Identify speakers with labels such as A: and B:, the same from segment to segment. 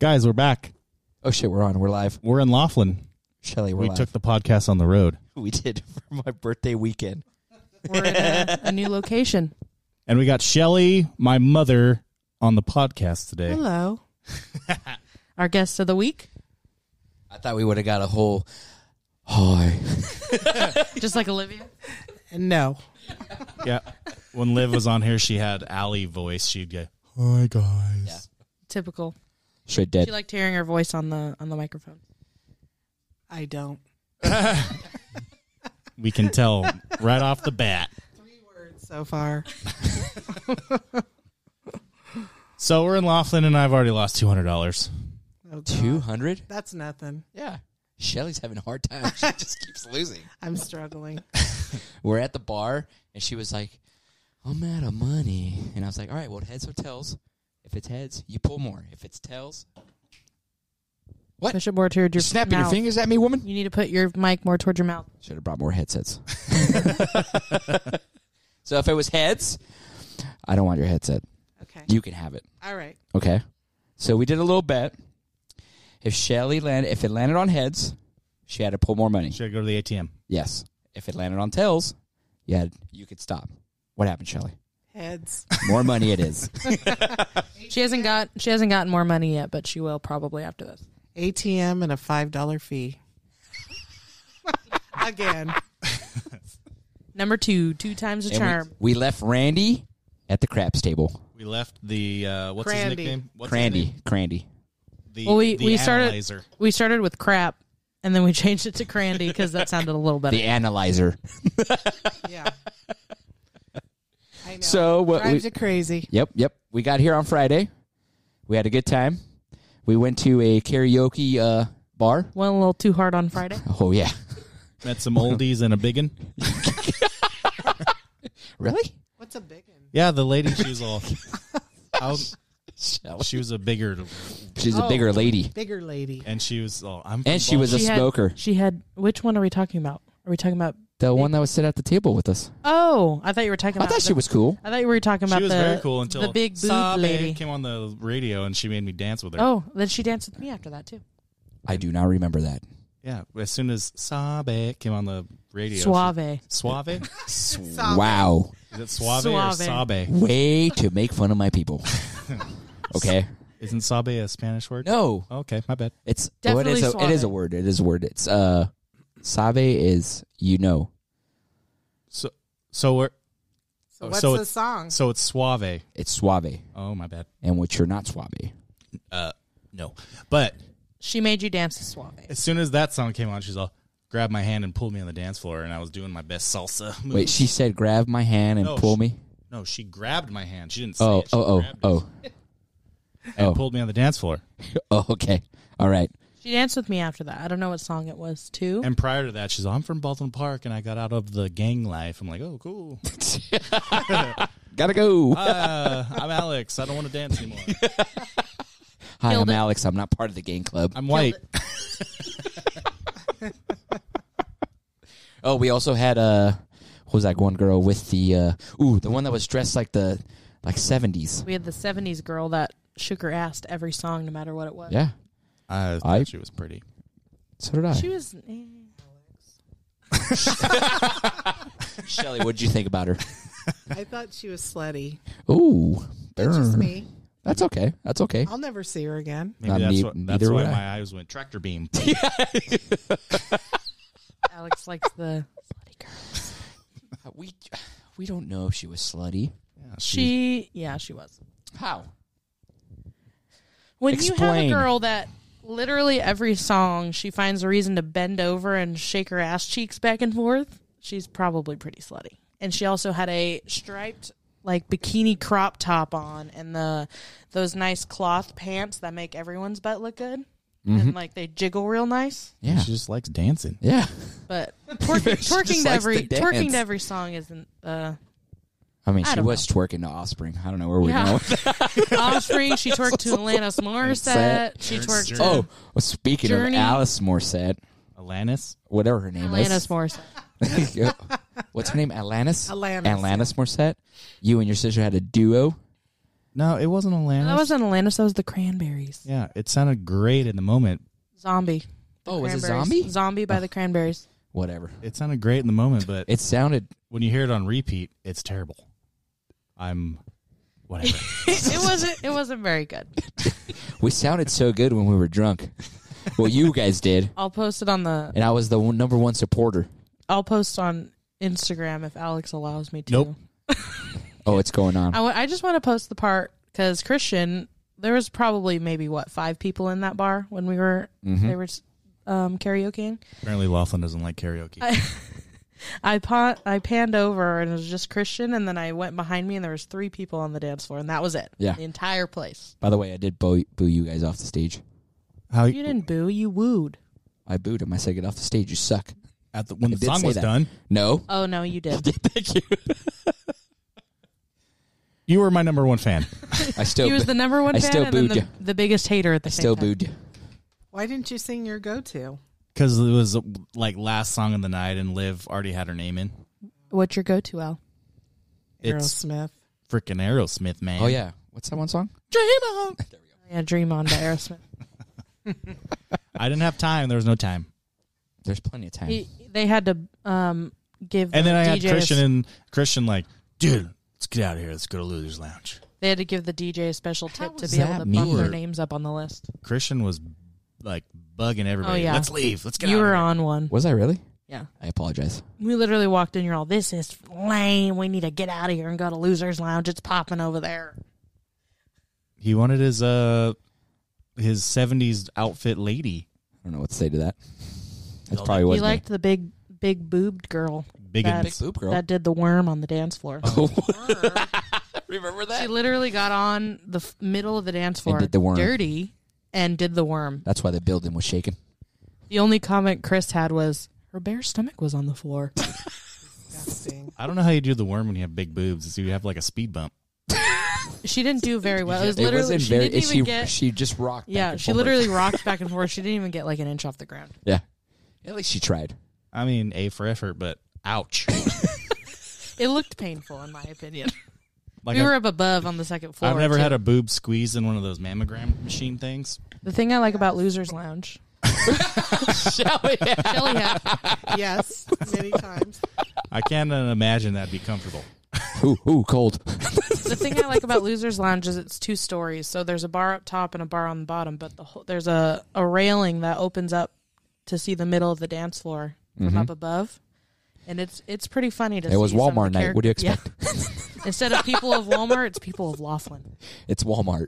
A: Guys, we're back.
B: Oh shit, we're on. We're live.
A: We're in Laughlin.
B: Shelly, we're
A: We
B: live.
A: took the podcast on the road,
B: we did for my birthday weekend.
C: We're in a, a new location.
A: and we got Shelly, my mother, on the podcast today.
C: Hello. Our guest of the week,
B: I thought we would have got a whole hi.
C: just like Olivia.
D: No.
A: Yeah. When Liv was on here, she had Allie voice. She'd go, "Hi guys."
B: Yeah.
C: Typical.
B: Straight
C: She
B: dead.
C: liked hearing her voice on the on the microphone.
D: I don't.
A: We can tell right off the bat.
D: So far.
A: So we're in Laughlin, and I've already lost two hundred dollars.
D: Oh, God.
B: Two hundred?
D: That's nothing.
B: Yeah. Shelly's having a hard time. She just keeps losing.
D: I'm struggling.
B: We're at the bar and she was like, I'm out of money. And I was like, All right, well heads or tails. If it's heads, you pull more. If it's tails, What?
C: Push it more toward your
B: you're snapping your
C: mouth.
B: fingers at me, woman.
C: You need to put your mic more toward your mouth.
B: Should have brought more headsets. so if it was heads, I don't want your headset.
D: Okay.
B: You can have it.
D: All right.
B: Okay. So we did a little bet. If Shelly landed, if it landed on heads, she had to pull more money.
A: Should I go to the ATM?
B: Yes. If it landed on tails, you had you could stop. What happened, Shelly?
D: Heads.
B: More money it is.
C: She hasn't got she hasn't gotten more money yet, but she will probably after this.
D: ATM and a $5 fee. Again.
C: Number two, two times
B: And
C: a
B: we-
C: charm.
B: We, left Randy at the craps table.
A: We left the uh, what's
D: Crandy.
A: his nickname? What's his
B: Crandy,
A: name?
B: Crandy.
A: The,
C: Well, we-
A: the
C: we started-
A: analyzer.
C: We started with crap, and then we changed it to Crandy because that sounded a little better.
B: The analyzer.
D: Yeah. I know.
B: So what we,
D: Drives you crazy.
B: Yep, yep. We got here on Friday. We had a good time. We went to a karaoke uh, bar.
C: Went a little too hard on Friday.
B: Oh yeah.
A: Met some oldies and a biggin.
B: Really?
D: What's a big one?
A: Yeah, the lady she was all. How,
B: Shelly.
A: she was a bigger,
B: She's
C: Oh.
B: a bigger lady.
D: Bigger lady.
A: and she was all. I'm from
B: And she was a
C: She had-
B: smoker.
C: She had which one are we talking about? Are we talking about
B: The one that was sitting at the table with us.
C: Oh, I thought you were talking
B: I
C: about
B: thought she
C: the-
B: was cool.
C: I thought you were talking about
A: she was
C: the,
A: very cool until
C: the big boob
A: Sabe
C: lady.
A: came on the radio and she made me dance with her.
C: Oh, then she danced with me after that too.
B: I do not remember that.
A: Yeah, as soon as Sabe came on the radio, she-
C: Suave.
A: suave. Is
B: Wow.
A: it suave, or
C: Suave.
A: Sabe?
B: Way to make fun of my people. Okay.
A: Isn't Sabe a Spanish word?
B: No.
A: Okay, my bad.
B: It's oh, it
C: Definitely
B: is a, it is
C: suave.
B: a word. It is a word. It's uh sabe is you know.
A: So so we're
D: So
A: Oh,
D: what's
A: so
D: the
A: it's-
D: song?
A: so it's suave.
B: It's suave.
A: Oh, my bad.
B: And what you're not suave.
A: Uh, no. But
C: She made you dance to Suave.
A: as soon as that song came on, she's all grabbed my hand and pulled me on the dance floor, and I was doing my best salsa. Move.
B: Wait, she said grab my hand and
A: No,
B: pull
A: she-
B: me.
A: no, she grabbed my hand. She didn't say
B: Oh,
A: it. She
B: oh,
A: grabbed it
B: oh,
A: and
B: oh.
A: pulled me on the dance floor.
B: oh. Oh, okay. All right.
C: She danced with me after that. I don't know what song it was too.
A: And prior to that, she's all, I'm from Baldwin Park, and I got out of the gang life. I'm like, oh, cool.
B: Gotta go.
A: Uh, I'm Alex. I don't want to dance anymore.
B: Hi,
C: Killed
B: I'm
C: it.
B: Alex. I'm not part of the game club.
A: I'm white.
B: Oh, we also had uh, what was that one girl with the uh, ooh, the one that was dressed like the like seventies.
C: We had the '70s girl that shook her ass to every song, no matter what it was.
B: Yeah,
A: I thought
B: I-
A: she was pretty.
B: so did I.
C: She was. eh.
B: Shelly, what did you think about her?
D: I thought she was slutty.
B: Ooh,
D: That's just
B: burn.
D: me.
B: That's okay. That's okay.
D: I'll never see her again.
A: Maybe
B: Not
A: that's,
B: me-
A: what, that's
B: neither
A: why
B: would I.
A: my eyes went tractor beam.
C: Alex likes the slutty girl.
B: Uh, We we don't know if she was slutty.
A: Yeah,
C: She, yeah, she was.
B: How?
C: When you have a
B: Explain.
C: girl that literally every song she finds a reason to bend over and shake her ass cheeks back and forth, she's probably pretty slutty. And she also had a striped like bikini crop top on and the those nice cloth pants that make everyone's butt look good.
B: Mm-hmm.
C: And like they jiggle real nice.
B: Yeah,
A: she just likes dancing.
B: yeah.
C: But twerking,
B: She
C: twerking
B: just
C: to
B: likes
C: every
B: to
C: twerking
B: dance.
C: to every song isn't uh
B: I mean,
C: I
B: she
C: don't
B: was twerking to Offspring. I don't know where we're
C: Yeah.
B: going.
C: Osprey, she twerked to Alanis
B: Morissette.
C: Morissette. She twerked to
B: Oh, well, speaking
C: Journey.
B: of Alice Morissette,
A: Alanis.
B: whatever her name
C: Alanis
B: is,
C: Morissette.
B: What's her name? Alanis?
D: Alanis,
B: Alanis Morissette. You and your sister had a duo.
A: No, it wasn't Alanis.
C: That wasn't Atlantis. That was the Cranberries.
A: yeah, it sounded great in the moment.
C: Zombie. The
B: Oh, was it
C: Cranberries.
B: Zombie?
C: Zombie by the Cranberries.
B: Whatever.
A: It sounded great in the moment, but
B: It sounded
A: when you hear it on repeat, it's terrible. I'm whatever.
C: it wasn't. It wasn't very good.
B: we sounded so good when we were drunk. Well, you guys did,
C: I'll post it on the.
B: and I was the one, number one supporter.
C: I'll post on Instagram if Alex allows me to.
A: Nope.
B: Oh, it's going on.
C: I, w- I just want to post the part because Christian, there was probably maybe what five people in that bar when we were
B: Mm-hmm.
C: they were um, karaokeing.
A: Apparently, Laughlin doesn't like karaoke.
C: Uh, I pa- I panned over and it was just Christian, and then I went behind me and there was three people on the dance floor, and that was it.
B: Yeah.
C: the entire place.
B: By the way, I did boo, boo you guys off the stage.
A: How
C: You didn't boo, you wooed.
B: I booed him. I said, "Get off the stage. You suck."
A: at the, when
B: I
A: the
B: did
A: song
B: say
A: was
B: that.
A: done,
B: No.
C: Oh no, you did.
B: Thank you.
A: you were my number one fan.
B: I still.
C: He was
B: boo-
C: the number one
B: I
C: fan
B: still
C: and then
B: booed
C: the,
B: you.
C: the biggest hater at the
B: I
C: same
B: still
C: time.
B: booed you.
D: Why didn't you sing your go-to?
A: because it was like last song of the night, and Liv already had her name in.
C: What's your go-to, Al?
A: It's
D: Aerosmith.
A: freaking Aerosmith, man.
B: Oh yeah. What's that one song?
A: Dream on.
C: Yeah, Dream On by Aerosmith.
A: I didn't have time. There was no time.
B: There's plenty of time.
C: he, they had to um, give
A: And
C: the
A: then I had
C: DJs
A: Christian and Christian like, dude, let's get out of here. Let's go to Luther's Lounge.
C: They had to give the DJ a special
B: How
C: tip to
B: was
C: be able
B: that
C: to bump their
B: mean?
C: names up on the list.
A: Christian was like bugging everybody.
C: Oh, yeah.
A: Let's leave. Let's get
C: you
A: out.
C: were
A: of
C: on one.
B: was I really?
C: Yeah.
B: I apologize.
C: We literally walked in, you're all, this is lame. We need to get out of here and go to Loser's Lounge. It's popping over there.
A: here. He wanted his uh his seventies outfit lady,
B: I don't know what to say to that. That's
A: Well,
B: probably what
C: you liked the big, big boobed girl
A: big and
B: big boob girl.
C: that did the worm on the dance floor.
A: Oh.
B: Remember
C: She literally got on the f- middle of the dance floor,
B: did the worm.
C: dirty, and did the worm.
B: That's why the building was shaking.
C: The only comment Chris had was, her bare stomach was on the floor.
D: Disgusting.
A: I don't know how you do the worm when you have big boobs. So you have like a speed bump.
C: She didn't do very well. It was
B: it
C: literally
B: wasn't
C: she
B: very.
C: didn't even
B: she,
C: get.
B: she just rocked. back
C: yeah,
B: and
C: she
B: forth.
C: literally rocked back and forth. She didn't even get like an inch off the ground.
B: Yeah. At least she tried.
A: I mean, A for effort, but ouch.
C: It looked painful, in my opinion.
A: Like
C: we
A: I've,
C: were up above on the second floor.
A: I've never had a boob squeeze in one of those mammogram machine things.
C: The thing I like about Losers Lounge,
B: Shall
C: oh,
B: we?
C: Shelly had.
D: yes, many times.
A: I can't imagine that'd be comfortable.
B: ooh, ooh, cold.
C: The thing I like about Losers Lounge is it's two stories. So there's a bar up top and a bar on the bottom, but the whole, there's a a railing that opens up to see the middle of the dance floor from up above. And it's it's pretty funny to see.
B: Mm-hmm. It was
C: some of the
B: Walmart night.
C: charac-
B: What do you
C: Yeah.
B: expect?
C: Instead of people of Walmart, it's people of Laughlin.
B: It's Walmart.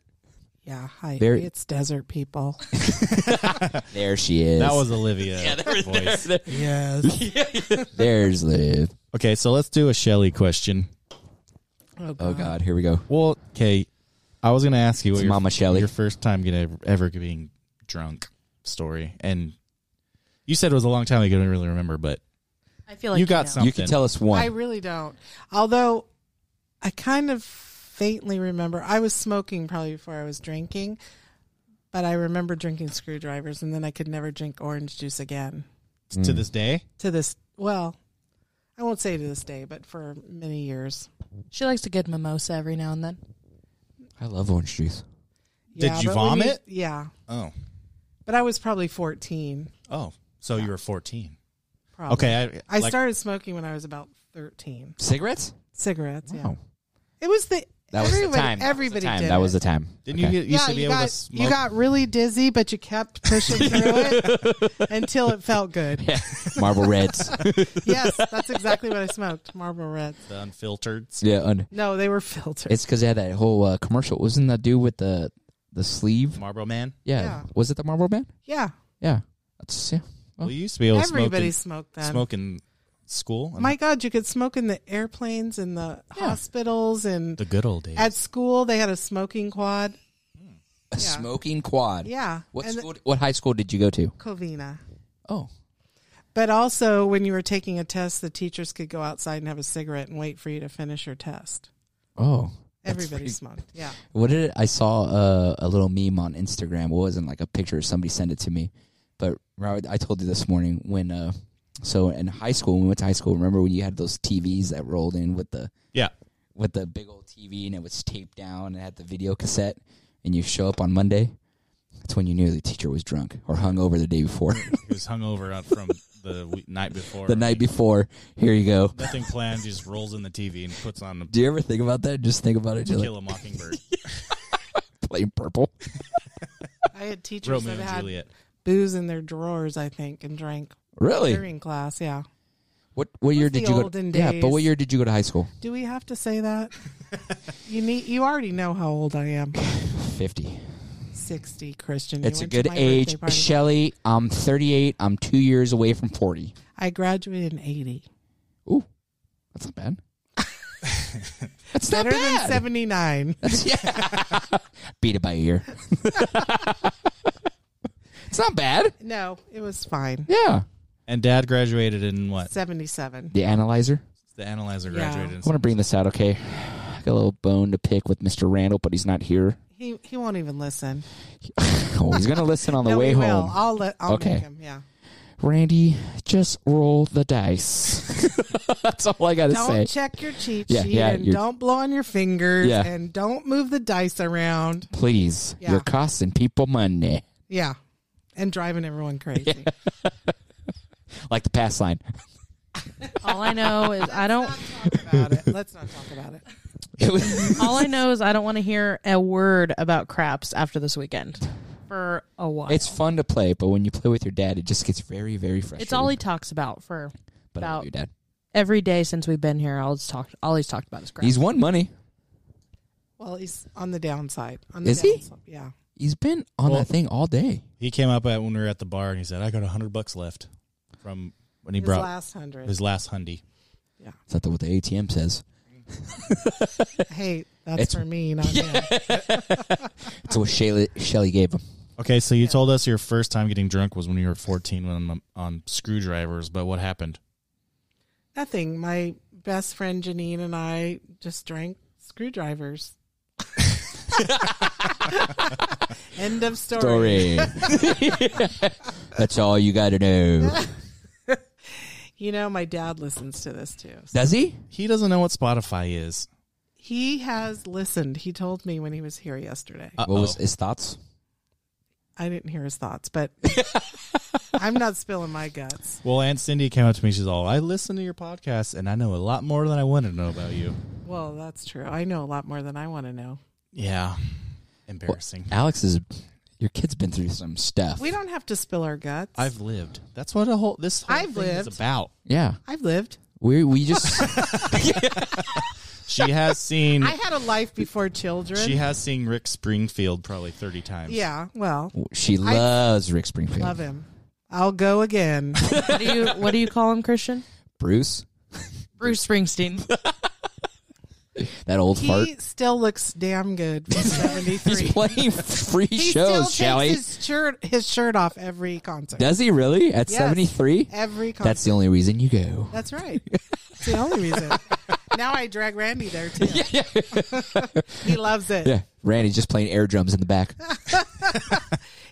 D: Yeah, hi.
B: Very-
D: It's desert people.
B: There she is.
A: That was Olivia. voice.
D: Yes.
B: There's Liv.
A: Okay, so let's do a Shelly question.
D: Oh,
B: Oh God, here we go.
A: Well, okay, I was gonna ask you what
B: It's
A: your,
B: Mama Shelley.
A: your first time getting ever being drunk story, and you said it was a long time ago. I don't really remember, but
C: I feel like
A: you got
C: know.
A: something.
B: You can tell us
D: I
B: one.
D: really don't. Although I kind of faintly remember I was smoking probably before I was drinking, but I remember drinking screwdrivers and then I could never drink orange juice again.
B: Mm.
A: to this day.
D: To this well, I won't say to this day, but for many years.
C: She likes a good mimosa every now and then.
B: I, love orange juice.
A: Did you
D: but when
A: vomit?
D: yeah.
A: Oh,
D: But I was probably 14.
A: oh, so you were fourteen.
D: Probably.
A: Okay, I,
D: I
A: like-
D: started smoking when I was about 13.
B: Cigarettes?
D: Cigarettes, yeah.
B: Wow.
D: It was the
B: That was the
D: everybody-
B: time.
D: Everybody
B: Time.
D: did.
B: That
D: it.
B: was the time.
A: Didn't
B: Okay.
A: you get used
D: yeah,
A: to be
D: you
A: able
D: got,
A: to smoke?
D: you got really dizzy, but you kept pushing through it until it felt good.
B: Marble Reds?
D: Yes, that's exactly what I smoked. Marlboro Reds.
A: the unfiltered.
B: yeah. un-
D: No, they were filtered.
B: It's because they had that whole uh, commercial. Wasn't that dude with the the sleeve?
A: Marlboro Man.
B: Yeah.
D: Yeah.
B: Was it the Marble Man?
D: yeah,
B: Yeah. That's yeah.
A: Well, you used to be able to smoke
D: everybody
A: in,
D: smoked them.
A: smoke in school.
D: My God, you could smoke in the airplanes and the
B: Yeah.
D: hospitals and
A: the good old days.
D: at school. They had a smoking quad.
B: A smoking quad.
D: Yeah,
B: What
D: and
B: school? What high school did you go to?
D: Covina.
B: Oh,
D: But also, when you were taking a test, the teachers could go outside and have a cigarette and wait for you to finish your test.
B: oh. That's
D: Everybody
B: pretty-
D: smoked. Yeah.
B: What did it, I saw a, a little meme on Instagram? Well, it wasn't like a picture. Somebody sent it to me, but Robert, I told you this morning when uh, So in high school, when we went to high school, remember when you had those TVs that rolled in with the
A: Yeah.
B: with the big old TV and it was taped down and it had the video cassette and you show up on Monday? That's when you knew the teacher was drunk or hung over the day before.
A: He was hungover out from the we- night before.
B: the night before. Here you go.
A: Nothing planned. He just rolls in the TV and puts on the
B: Do you ever think about that? Just think about it. Just like
A: Kill a Mockingbird.
B: plain purple.
D: I had teachers
A: Romeo
D: that
A: and
D: had
A: Juliet.
D: booze in their drawers, I think, and drank
B: Really?
D: during class. Yeah.
B: What what year
D: was
B: did
D: the
B: you go?
D: olden
B: Yeah, but what
D: days.
B: year did you go to high school?
D: Do we have to say that? you need. You already know how old I am.
B: Fifty.
D: Sixty, Christian. You
B: It's a
D: went to
B: good
D: my
B: age.
D: birthday party.
B: Shelly, I'm 38. I'm two years away from 40.
D: I graduated in eighty.
B: Ooh, that's not bad. that's not
D: Better than
B: bad.
D: seventy nine.
B: yeah. Beat it by a year. it's not bad.
D: no, it was fine.
B: Yeah.
A: And Dad graduated in what?
D: Seventy seven.
B: The analyzer.
A: The analyzer
D: Yeah.
A: graduated. in
B: I want to bring this out, okay? I got a little bone to pick with Mr. Randall, but he's not here.
D: He he won't even listen.
B: Oh, he's going to listen on the
D: no,
B: way
D: he
B: home.
D: Will. I'll let. I'll
B: Okay.
D: make him. Yeah.
B: Randy, just roll the dice. that's all I got to
D: Don't
B: say.
D: check your cheat
B: Yeah,
D: sheet
B: yeah,
D: and
B: you're-
D: don't blow on your fingers
B: Yeah.
D: and don't move the dice around.
B: Please,
D: Yeah.
B: you're costing people money.
D: Yeah. And driving everyone crazy.
B: Like the pass line.
C: All I know is I don't.
D: Talk about it. Let's not talk about it.
B: It was-
C: All I know is I don't want to hear a word about craps after this weekend for a while.
B: it's fun to play, but when you play with your dad, it just gets very, very frustrating.
C: it's all he talks about for
B: but I love
C: about.
B: your dad.
C: every day since we've been here. All he's talked, all he's talked about is craps.
B: He's won money.
D: Well, he's on the downside. On the
B: Is he?
D: downside. Yeah.
B: He's been on
A: Well-
B: that thing all day.
A: He came up at when we were at the bar and he said, "I got a hundred bucks left from when he
D: His
A: brought
D: last hundred.
A: his last hundy."
B: Is that what the ATM says?
D: hey, that's
B: It's-
D: for me, not him.
B: It's what Shelly, Shelly gave him.
A: Okay, so you told us your first time getting drunk was when you were 14 when on screwdrivers, but what happened?
D: Nothing. My best friend Janine and I just drank screwdrivers. End of story.
B: Story. That's all you got to know.
D: You know, my dad listens to this too.
B: Does he?
A: He doesn't know what Spotify is.
D: He has listened. He told me when he was here yesterday.
A: Uh-oh.
B: What was his thoughts?
D: I didn't hear his thoughts, but I'm not spilling my guts.
A: Well, Aunt Cindy came up to me. She's all, "I listen to your podcast, and I know a lot more than I wanted to know about you."
D: Well, that's true. I know a lot more than I want to know.
A: Yeah, embarrassing.
B: Alex is. Your kid's been through some stuff.
D: We don't have to spill our guts.
A: I've lived. That's what a whole this whole
D: I've
A: thing
D: lived.
A: is about.
B: Yeah,
D: I've lived.
B: we we just
A: She has seen.
D: I had a life before children.
A: she has seen Rick Springfield probably 30 times.
D: yeah, well,
B: she loves Rick Springfield.
D: love him. I'll go again.
C: what do you what do you call him, Christian?
B: Bruce,
C: Bruce Springsteen.
B: that old fart.
D: he still looks damn good for 73.
B: He's playing free
D: he
B: shows,
D: still takes
B: Shelly.
D: his shirt his shirt off every concert.
B: Does he really at
D: Yes.
B: seventy three?
D: every concert.
B: That's the only reason you go.
D: That's right. It's the only reason. now I drag Randy there too. he loves it.
B: Yeah, Randy's just playing air drums in the back.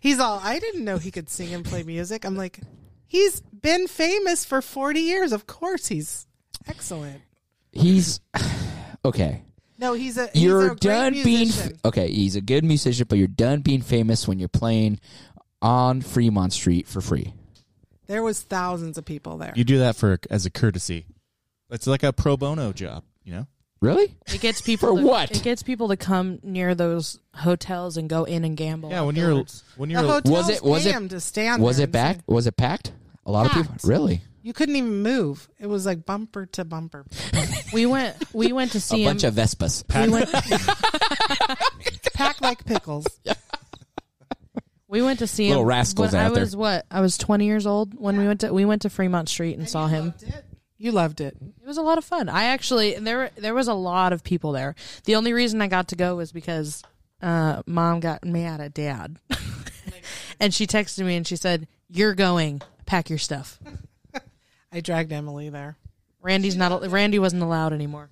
D: He's all, I didn't know he could sing and play music. I'm like, he's been famous for 40 years. Of course he's excellent.
B: He's okay.
D: No, he's a he's a
B: You're
D: great
B: done being
D: musician.
B: f- okay. He's a good musician, but you're done being famous when you're playing on Fremont Street for free.
D: there was thousands of people there.
A: You do that for as a courtesy. It's like a pro bono job, you know.
B: Really?
C: It gets people
B: For
C: to,
B: what?
C: It gets people to come near those hotels and go in and gamble.
A: Yeah, when you're when
D: the
A: you're
D: hotel
B: Was
D: was
B: it-
D: it
B: was it-
D: to stand
B: Was it
D: there and
B: back?
D: sing.
B: Was it packed? A lot of
D: Packed.
B: people. Really?
D: You couldn't even move. It was like bumper to bumper.
C: we went we went to see
B: a
C: him.
B: bunch of Vespas.
C: we went
D: Packed like pickles.
C: we went to see him.
B: Little rascals
C: when I
B: out there.
C: was what I was twenty years old when we went to we went to Fremont Street and saw him.
D: You loved it.
C: It was a lot of fun. I actually and there there was a lot of people there. The only reason I got to go was because uh, mom got mad at dad, and she texted me and she said, "You're going. Pack your stuff."
D: I dragged Emily there.
C: Randy's not. al- Randy wasn't allowed anymore.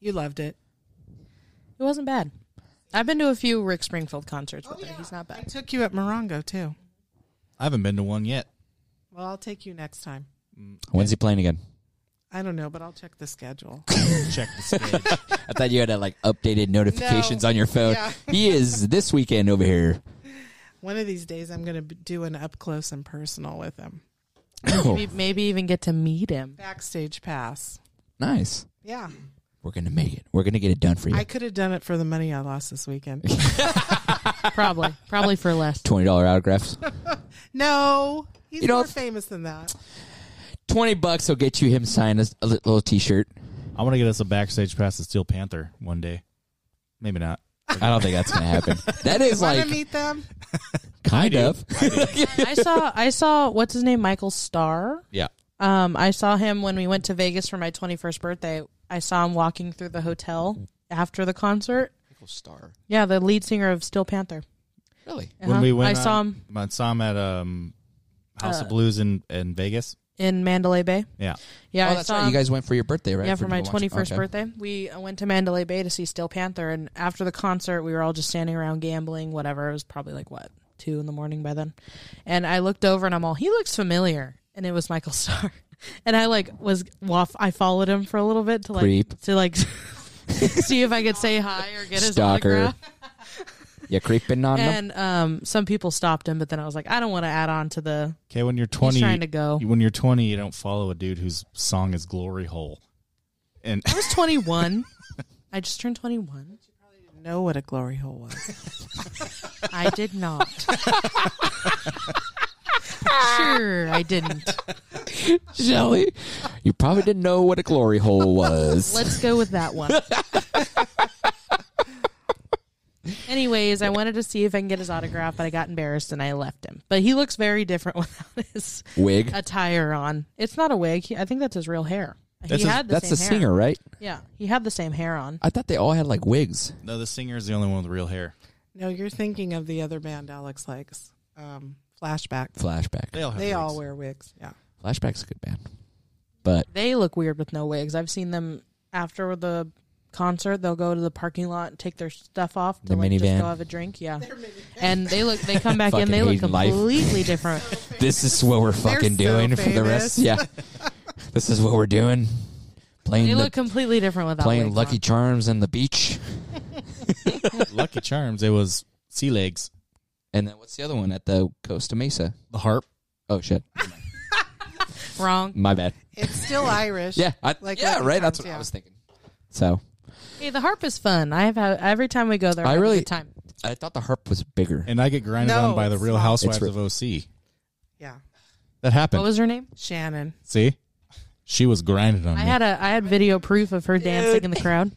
D: You loved it.
C: It wasn't bad. I've been to a few Rick Springfield concerts
D: Oh,
C: with her. He's not
D: I
C: bad.
D: took you at Morongo too.
A: I haven't been to one yet.
D: Well, I'll take you next time.
B: When's he playing again?
D: I don't know, but I'll check the schedule.
A: Check the stage.
B: I thought you had uh, like updated notifications on your phone.
D: Yeah.
B: He is this weekend over here.
D: One of these days, I'm going to do an up close and personal with him.
C: Maybe, maybe even get to meet him.
D: Backstage pass.
B: nice.
D: Yeah.
B: We're gonna make it. We're gonna get it done for you.
D: I could have done it for the money I lost this weekend.
C: Probably, probably for less.
B: Twenty dollar autographs.
D: no, he's
B: You know,
D: more
B: if-
D: famous than that.
B: Twenty bucks will get you him sign a, a little t shirt.
A: I want to get us a backstage pass to Steel Panther one day. Maybe not.
B: I don't think that's gonna happen. That is
D: Want to
B: like
D: meet them?
B: kind
A: I do.
B: of.
C: I saw, I saw what's his name, Michael Starr.
B: yeah.
C: Um, I saw him when we went to Vegas for my 21st birthday. I saw him walking through the hotel after the concert.
B: Michael Star.
C: Yeah, the lead singer of Steel Panther.
B: Really?
C: Uh-huh.
A: When we went,
C: I saw
A: on-
C: him
A: I saw him at um, House
C: Uh,
A: of Blues in, in Vegas.
C: in Mandalay Bay.
A: Yeah,
C: Yeah,
B: oh,
C: I
B: that's
C: saw
B: right.
C: him.
B: You guys went for your birthday, right?
C: yeah, for my
B: people watching-
C: 21st
B: okay.
C: birthday, we uh, went to Mandalay Bay to see Steel Panther, and after the concert, we were all just standing around gambling, whatever. It was probably like what two in the morning by then, and I looked over and I'm all, he looks familiar, and it was Michael Starr, and I like was waff. I followed him for a little bit to like
B: Creep.
C: to like see if I could say hi or get his
B: Stalker.
C: autograph.
B: You're creeping on them.
C: And um, some people stopped him, but then I was like, I don't want to add on to the.
A: okay. When you're twenty,
C: He's trying to go.
A: When you're twenty, you don't follow a dude whose song is "Glory Hole," and
C: I was 21. I just turned 21.
D: Know what a glory hole was.
C: I did not. sure, I didn't.
B: Shelly, you probably didn't know what a glory hole was.
C: Let's go with that one. Anyways, I wanted to see if I can get his autograph, but I got embarrassed and I left him. But he looks very different without his
B: Wig.
C: attire on. It's not a wig. He, I think that's his real hair.
A: That's
C: he
A: his-
C: had the
B: That's
C: same
B: the
C: hair.
B: singer, right?
C: Yeah, he had the same hair on.
B: I thought they all had like wigs.
A: no, the singer is the only one with real hair.
D: No, you're thinking of the other band Alex likes. Um, flashback.
B: Flashback.
A: They all have
D: They
A: wigs.
D: all wear wigs. Yeah.
B: Flashback's a good band. But
C: They look weird with no wigs. I've seen them after the concert. They'll go to the parking lot and take their stuff off to
B: Their
C: like just
B: minivan.
C: go have a drink. Yeah, and they look. They come back in. They
B: Fucking
C: look
B: hating life.
C: completely different.
B: this is what we're fucking
D: so
B: doing for the rest.
D: famous.
B: Yeah. this is what we're doing. Playing
C: They
B: the,
C: look completely different without
B: playing
C: wigs
B: Lucky
C: on.
B: Charms and the beach.
A: Lucky Charms. It was Sea Legs,
B: And then what's the other one at the Costa Mesa?
A: the harp.
B: Oh shit.
C: Wrong.
B: My bad.
D: It's still Irish.
B: Yeah. I,
D: Like
B: yeah,
D: Lucky
B: right? That's
D: Charms,
B: what
D: yeah.
B: I was thinking. So
C: Hey, the harp is fun. I have every time we go there. I,
B: I
C: have a
B: really-
C: good time.
B: I thought the harp was bigger.
A: And I get grinded
D: No,
A: on by the
D: it's
A: Real
D: not.
A: Housewives
B: It's re-
A: of OC.
D: Yeah.
A: That happened.
C: What was her name?
D: Shannon.
A: See, she was grinded on
C: I
A: me.
C: had a I had video proof of her dancing in the crowd.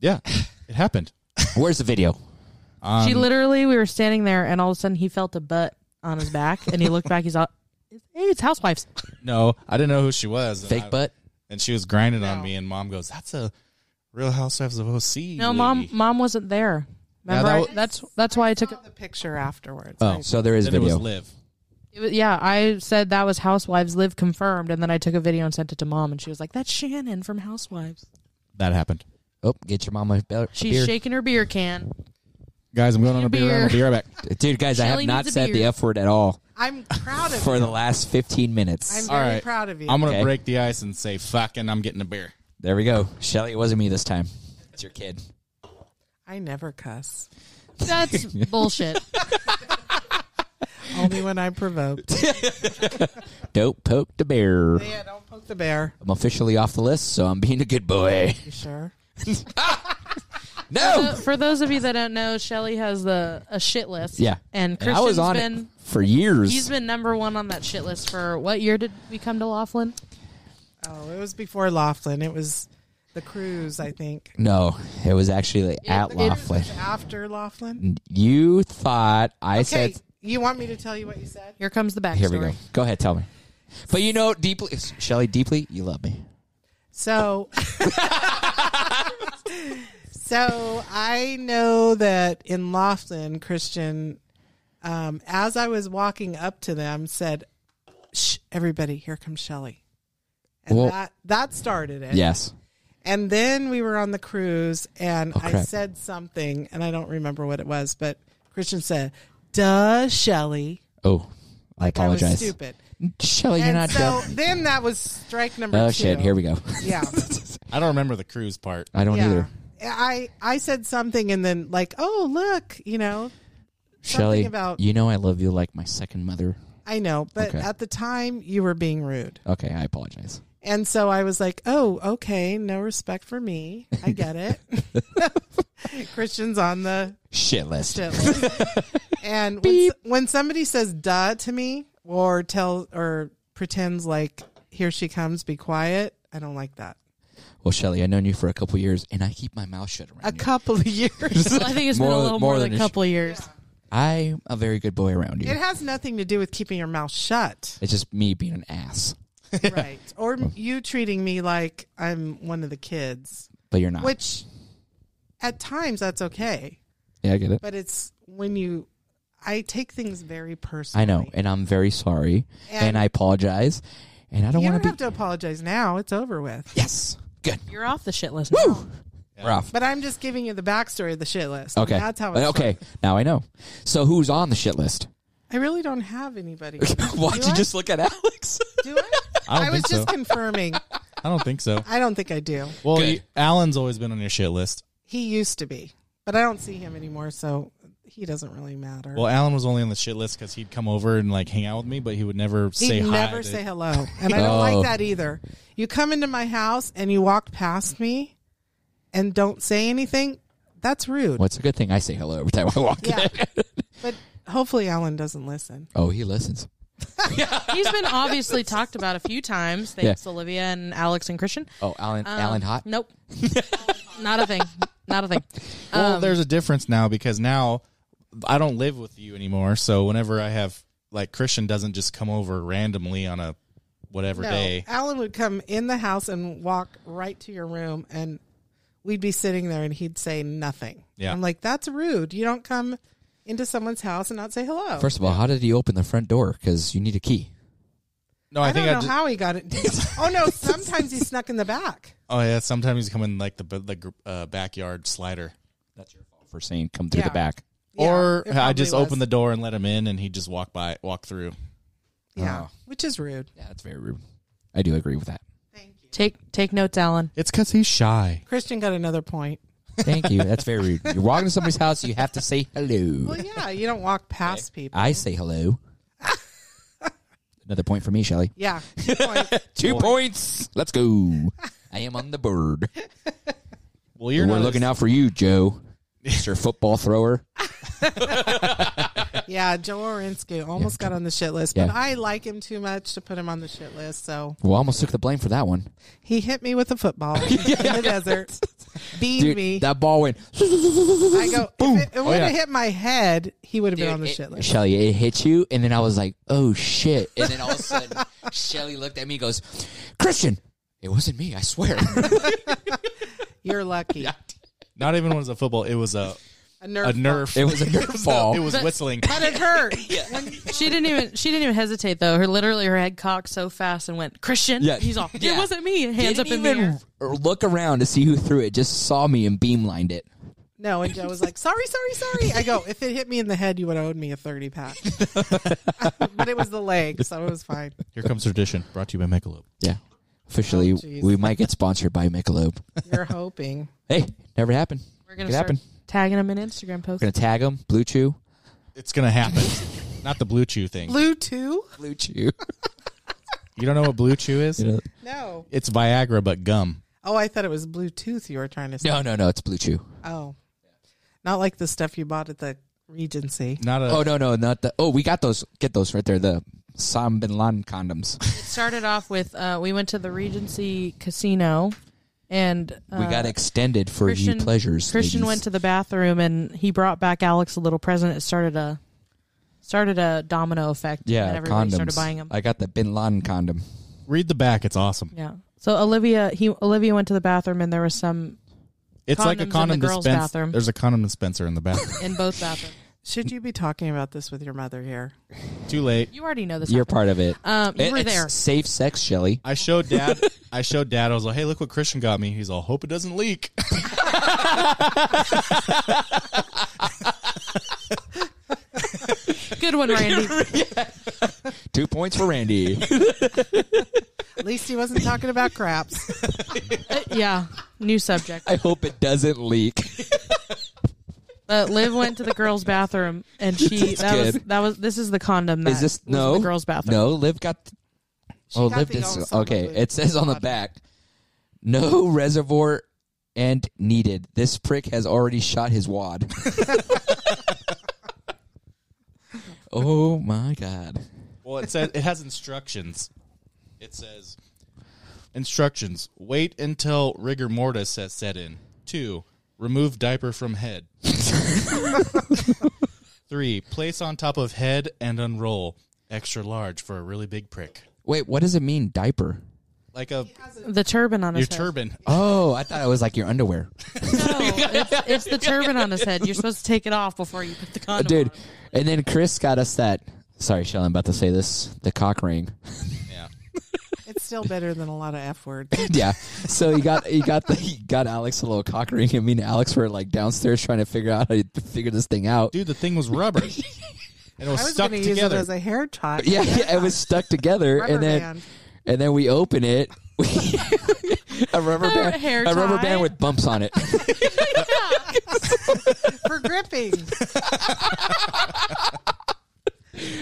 A: yeah, it happened.
B: Where's the video?
A: Um,
C: she literally, we were standing there, and all of a sudden he felt a butt on his back, and he looked back. He's all, "Hey, it's housewives."
A: no, I didn't know who she was. and
B: Fake
A: I-
B: butt?
A: and she was grinding on
D: No.
A: me. And mom goes, "That's a Real Housewives of OC."
C: No, mom,
A: lady."
C: mom wasn't there.
B: that
C: Remember, I-
B: wa-
C: that's that's why I took it.
D: Saw the picture afterwards.
B: Oh, so there is
A: Then it was
B: video.
A: Liv.
C: it was, yeah, I said that was Housewives Live confirmed, and then I took a video and sent it to mom, and she was like, "That's Shannon from Housewives."
A: That happened,
B: oh, get your mama a be- a
C: She's
B: beer.
C: shaking her beer can.
A: guys. I'm going on a beer.
C: Beer.
A: run. I'll be right back.
B: Dude, guys, I
C: Shelly
B: have not
C: needs a
B: said the
C: beer.
B: F word at all
D: I'm proud of you.
B: for the last 15 minutes.
D: I'm
A: All
D: very
A: right.
D: proud of you.
A: I'm gonna
B: Okay.
A: break the ice and say, "Fucking, I'm getting a beer."
B: There we go. Shelly, it wasn't me this time. It's your kid.
D: I never cuss.
C: That's bullshit.
D: Only when I'm provoked.
B: Don't poke the bear.
D: yeah, don't poke the bear.
B: I'm officially off the list, so I'm being a good boy.
D: You sure?
B: No!
C: For those of you that don't know, Shelly has the a shit list.
B: Yeah.
C: and
B: And
C: Christian's
B: I was on
C: been
B: it for years.
C: he's been number one on that shit list for what year did we come to Laughlin?
D: Oh, it was before Laughlin. It was the cruise, I think.
B: no, it was actually like at
D: The cruise
B: Laughlin.
D: was After Laughlin.
B: You thought I
D: Okay.
B: said.
D: You want me to tell you what you said?
C: Here comes the backstory.
B: Here we go. Go ahead, tell me. But you know, deeply, Shelly, deeply, you love me.
D: So, so I know that in Laughlin, Christian, um, as I was walking up to them, said, "Shh, everybody, here comes Shelly," and
B: Well-
D: that that started it.
B: Yes.
D: And then we were on the cruise, and
B: Oh,
D: I
B: crap.
D: said something, and I don't remember what it was, but Christian said, "Duh, Shelly,"
B: Oh, I
D: Like, was
B: apologize.
D: stupid.
B: Shelly, you're
D: and
B: not
D: so
B: done.
D: then that was strike number two.
B: Oh shit, here we go.
D: Yeah.
A: I don't remember the cruise part.
B: I don't
D: yeah.
B: either.
D: I I said something and then like, "Oh, look, you know,
B: Shelly,
D: about-
B: you know I love you like my second mother.
D: I know, but
B: Okay.
D: at the time you were being rude."
B: Okay, I apologize.
D: And so I was like, "Oh, okay, no respect for me. I get it." Christian's on the
B: Shit list.
D: shit list. and when, s- when somebody says "duh" to me or tell or pretends like here she comes, be quiet. I don't like that.
B: Well, Shelly, I've known you for a couple years, and I keep my mouth shut around
D: A
B: you.
D: couple of years.
C: Well, I think it's been
B: More-
C: a little
B: more
C: more than
B: than
C: a
B: it
C: couple of years.
B: I'm a very good boy around you.
D: It has nothing to do with keeping your mouth shut,
B: it's just me being an ass,
D: right? Or m- you treating me like I'm one of the kids,
B: but you're not.
D: which at times that's okay,
B: yeah, I get it.
D: but it's when you I take things very personally.
B: I know, and I'm very sorry, and,
D: And-
B: I apologize, and I don't
D: you
B: want
D: don't
B: to be.
D: have to apologize now; it's over with.
B: yes, good.
C: You're off the shit list. now.
B: Woo, we're off.
D: But I'm just giving you the backstory of the shit list.
B: Okay,
D: that's how. It's
B: okay. Now I know. So who's on the shit list?
D: I really don't have anybody.
B: Why'd
D: Do
B: you
D: I?
B: just look at Alex?
D: do I?
A: I don't
D: I was
A: think
D: just
A: so.
D: confirming.
A: I don't think so.
D: I don't think I do.
A: Well,
B: Good.
A: you, Alan's always been on your shit list.
D: He used to be, but I don't see him anymore, so he doesn't really matter.
A: Well, Alan was only on the shit list because he'd come over and like hang out with me, but he would never
D: He'd
A: say hi.
D: never
A: to-
D: say hello, and I don't
B: Oh.
D: like that either. You come into my house and you walk past me, and don't say anything. That's rude.
B: What's a good thing I say hello every time I walk
D: Yeah.
B: in?
D: But hopefully, Alan doesn't listen.
B: oh, he listens.
C: He's been obviously talked about a few times. Thanks, Olivia and Alex and Christian.
B: Oh, Alan,
C: Um,
B: Alan Hot.
C: Nope. Not a thing. Not a thing.
A: Well,
C: Um,
A: there's a difference now because now I don't live with you anymore. So whenever I have like Christian doesn't just come over randomly on a whatever day.
D: Alan would come in the house and walk right to your room, and we'd be sitting there, and he'd say nothing.
A: Yeah.
D: I'm like, that's rude. You don't come into someone's house and not say hello.
B: First of all, how did he open the front door? Because you need a key.
A: No,
D: I,
A: I, think
D: don't
A: I
D: know
A: just,
D: how he got it. oh no, sometimes he snuck in the back.
A: oh yeah, sometimes he's coming like the the gr- uh, backyard slider.
B: That's your fault for saying come through the
D: Yeah.
B: back.
D: Yeah,
A: or
D: it
A: I
D: probably
A: just
D: was.
A: open the door and let him in and he'd just walk by walk through.
D: Yeah,
B: Oh.
D: which is rude.
B: Yeah, that's very rude. I do agree with that.
D: Thank you.
C: take take notes, Alan.
A: It's cuz he's shy.
D: Christian got another point.
B: Thank you. That's very rude. You're walking to somebody's house, you have to say hello.
D: Well, yeah, you don't walk past people.
B: I say hello. Another point for me, Shelly.
D: yeah, good point.
B: Two points. Let's go. I am on the board.
A: Well, you're
B: We're
A: not
B: looking out for you, Joe, Mr. Football Thrower.
D: yeah. Joe Orinsky almost got on the shit list,
B: Yeah.
D: but I like him too much to put him on the shit list. So
B: Well, almost took the blame for that one.
D: he hit me with a football in the desert, beat
B: Dude,
D: me.
B: that ball went.
D: I go, if it, it would have
A: yeah.
D: hit my head, he would have been on the
B: Dude,
D: shit
B: it-
D: list.
B: Shelly, it hit you, and then I was like, "Oh shit!" And then all of a sudden, Shelly looked at me, and goes, "Christian, it wasn't me. I swear."
D: You're lucky.
A: not even when it was a football, it was a
D: A nerve.
A: a nerf.
B: It was a nerf ball.
A: It was whistling.
D: But it hurt.
C: She didn't even she didn't even hesitate though. Her literally her head cocked so fast and went Christian.
B: Yeah.
C: He's off.
B: Yeah.
C: It wasn't me. Hands
B: Didn't
C: up in
B: even
C: the air.
B: r- Look around to see who threw it. Just saw me and beamlined it.
D: No, and Joe was like, sorry, sorry, sorry. I go, if it hit me in the head, you would have owed me a 30 pack. but it was the leg, so it was fine.
A: Here comes tradition brought to you by Michelob.
B: Yeah. Officially,
D: Oh, jeez.
B: we might get sponsored by Michelob.
D: You're hoping.
B: Hey, never happened.
C: We're gonna
B: Could
C: start
B: happen.
C: tagging him in Instagram posts.
B: We're gonna tag them. Blue Chew.
A: It's going to happen. not the blue chew thing.
D: Blue too?
B: Blue Chew.
A: You don't know what blue chew is?
D: No.
A: It's Viagra but gum.
D: Oh, I thought it was Bluetooth you were trying to say.
B: no, no, no. It's Blue Chew.
D: Oh. Not like the stuff you bought at the Regency.
A: Not a
B: Oh no, no, not the. Oh, we got those. Get those right there. The Sam Bin Laden condoms.
C: It started off with uh, we went to the Regency Casino and uh,
B: we got extended for
C: Christian-
B: you pleasures.
C: Christian
B: ladies.
C: went to the bathroom and he brought back Alex a little present. It started a started a domino effect. and
B: yeah
C: everybody
B: condoms.
C: started buying them.
B: I got the Bin Laden condom.
A: read the back. It's awesome.
C: yeah. So Olivia he Olivia went to the bathroom and there was some
A: It's like a
C: Condoms in
A: condom
C: the girls'
A: dispenser.
C: bathroom.
A: There's a condom dispenser in the bathroom.
C: in both bathrooms.
D: Should you be talking about this with your mother here?
A: Too late.
C: You already know this.
B: You're
C: happened.
B: part of it.
C: Um, you
B: It-
C: were
B: it's
C: there.
B: Safe sex, Shelly.
A: I showed dad. I showed dad. I was like, "Hey, look what Christian got me." He's all, "Hope it doesn't leak."
C: Good one, Randy.
B: Two points for Randy.
D: At least he wasn't talking about craps.
C: yeah, new subject.
B: I hope it doesn't leak.
C: Uh, Liv went to the girls' bathroom, and she
B: That's
C: that was
B: good.
C: that was this is the condom that
B: Is this
C: was in
B: no
C: the girls' bathroom.
B: No, Liv got. oh,
D: got
B: Liv
D: the
B: did.
D: yellow
B: s-
D: summer
B: Okay,
D: lube.
B: it says on the back, no reservoir and needed. This prick has already shot his wad. oh my god!
A: Well, it says it has instructions. It says instructions: wait until rigor mortis has set in. Two, remove diaper from head. Three, place on top of head and unroll. Extra large for a really big prick,
B: Wait, what does it mean, diaper?
A: like a
C: The turban on
A: your
C: his head.
A: turban.
B: Oh, I thought it was like your underwear,
C: No, it's, it's the turban on his head. You're supposed to take it off before you put the condom.
B: dude.
C: on.
B: And then Chris got us that. Sorry, Shell, I'm about to say this. The cock ring.
A: Yeah,
D: It's still better than a lot of f words.
B: yeah. So he got he got the, he got Alex a little cock ring. I mean, Alex were like downstairs trying to figure out how to figure this thing out.
A: dude, the thing was rubber, and it was,
D: I was
A: stuck
D: going to use it
A: together.
D: as a hair tie.
B: yeah, yeah, it was stuck together,
D: Rubber
B: and then
D: band.
B: and then we open it. a rubber
C: A
B: band,
C: hair
B: a rubber
C: tie.
B: band with bumps on it.
D: for gripping.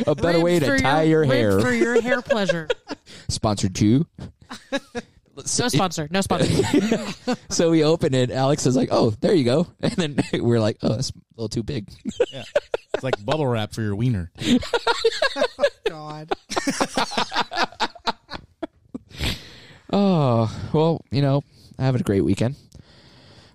B: a better way
C: Ribbed
B: to
C: for
B: tie
C: your,
B: your hair.
C: ribbed for your hair pleasure.
B: Sponsored too.
C: No sponsor. No sponsor.
B: So we open it. Alex is like, "Oh, there you go," and then we're like, "Oh, that's a little too big."
A: Yeah. It's like bubble wrap for your wiener.
D: God.
B: Oh well, you know, having a great weekend.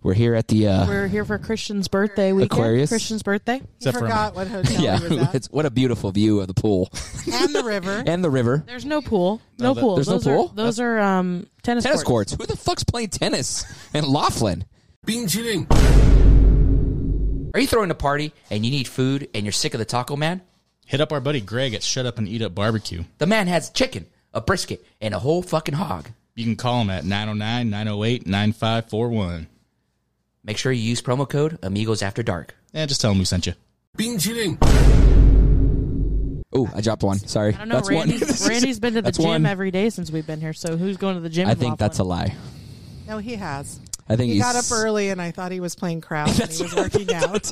B: We're here at the uh,
C: We're here for Christian's birthday weekend.
B: Aquarius.
C: Christian's birthday.
D: You
A: Except for
D: forgot what hotel
B: yeah,
D: he was at.
B: it's, what a beautiful view of the pool
D: and the river.
B: and the river.
C: There's no pool. No,
A: No, that-
C: pool.
B: there's no
C: those
B: pool?
C: Are, those are um tennis,
B: Tennis courts. Who the fuck's playing tennis in Laughlin?
E: 冰淇淋。
F: Are you throwing a party and you need food and you're sick of the taco man?
A: Hit up our buddy Greg at Shut Up and Eat Up Barbecue.
F: The man has chicken, a brisket, and a whole fucking hog.
A: You can call him at 909 908 9541.
F: Make sure you use promo code Amigos After Dark.
A: Yeah, just tell him we sent you.
E: 冰淇 淋，
B: Oh, I dropped one. Sorry,
C: I don't know.
B: that's
C: Randy's,
B: one.
C: Randy's been to the
B: That's
C: gym
B: one.
C: every day since we've been here. So who's going to the gym?
B: I
C: in
B: think that's a
C: Laughlin?
B: lie.
D: No, he has.
B: I think
D: He
B: he's,
D: got up early, and I thought he was playing craps, and he was working out.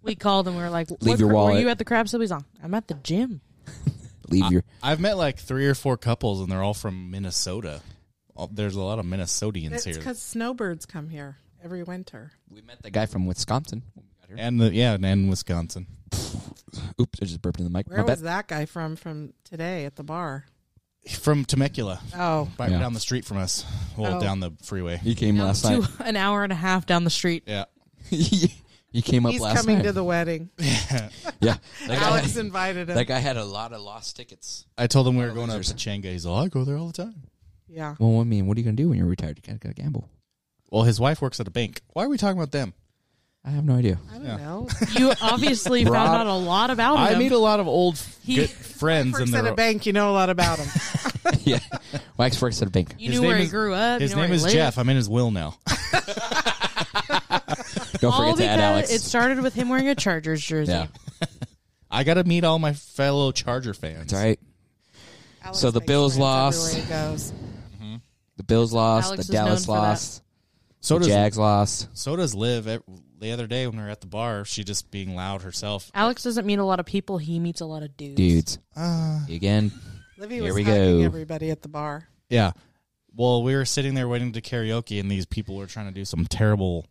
C: We called and we were like,
B: Leave
C: what
B: your
C: cra-
B: wallet.
C: Were you at the crab sub?" He's on. I'm at the gym. Uh,
B: Leave your.
A: I've met like three or four couples, and they're all from Minnesota. All- There's a lot of Minnesotans
D: It's
A: here.
D: because snowbirds come here every winter.
B: We met the guy from Wisconsin. when we got here.
A: And the, yeah, and, and Wisconsin.
B: Oops, I just burped in the mic.
D: Where
B: My
D: was
B: bad.
D: that guy from? From today at the bar.
A: From Temecula,
D: Oh,
A: right
B: Yeah.
A: down the street from us. Well,
D: Oh.
A: down the freeway.
B: He came last
C: Two,
B: night.
C: an hour and a half down the street.
A: Yeah.
B: he came up
D: he's
B: last
D: coming
B: night.
D: to the wedding.
B: yeah, that guy,
D: Alex
B: had,
D: invited him.
B: that guy had a lot of lost tickets.
A: I told him we were going up to Changa. He's all, I go there all the time.
D: yeah,
B: Well, I mean, what are you gonna do when you're retired? You gotta, gotta gamble.
A: Well, his wife works at a bank. Why are we talking about them?
B: I have no idea.
D: I don't know.
C: You obviously found out a lot about him.
A: I meet a lot of old
C: He-
A: good friends, and
D: Works at
A: they're
D: a bank. You know a lot about him.
B: yeah, Wax works at a bank.
C: you
A: his
C: knew where
A: name
C: he
A: is-
C: grew up.
A: His
C: you know
A: name
C: where
A: is
C: he lived.
A: Jeff. I'm in his will now.
B: Don't
C: All
B: forget to add
C: because
B: Alex.
C: it started with him wearing a Chargers jersey.
B: yeah,
A: I got to meet all my fellow Charger fans.
B: it's all right.
D: Alex
B: So the
D: makes
B: Bills
D: friends
B: lost.
D: Everywhere he goes.
B: The Bills lost.
C: Alex
B: the
C: is known
B: Dallas
C: for that.
B: lost.
A: So
B: the
A: does
B: Jags lost.
A: so does Liv. Ev- The other day when we were at the bar, she just being loud herself.
C: Alex doesn't meet a lot of people. He meets a lot of dudes.
B: Dudes. Again.
D: Livy
B: Here
D: was
B: we
D: hugging
B: go.
D: everybody at the bar.
A: Yeah. Well, we were sitting there waiting to karaoke, and these people were trying to do some terrible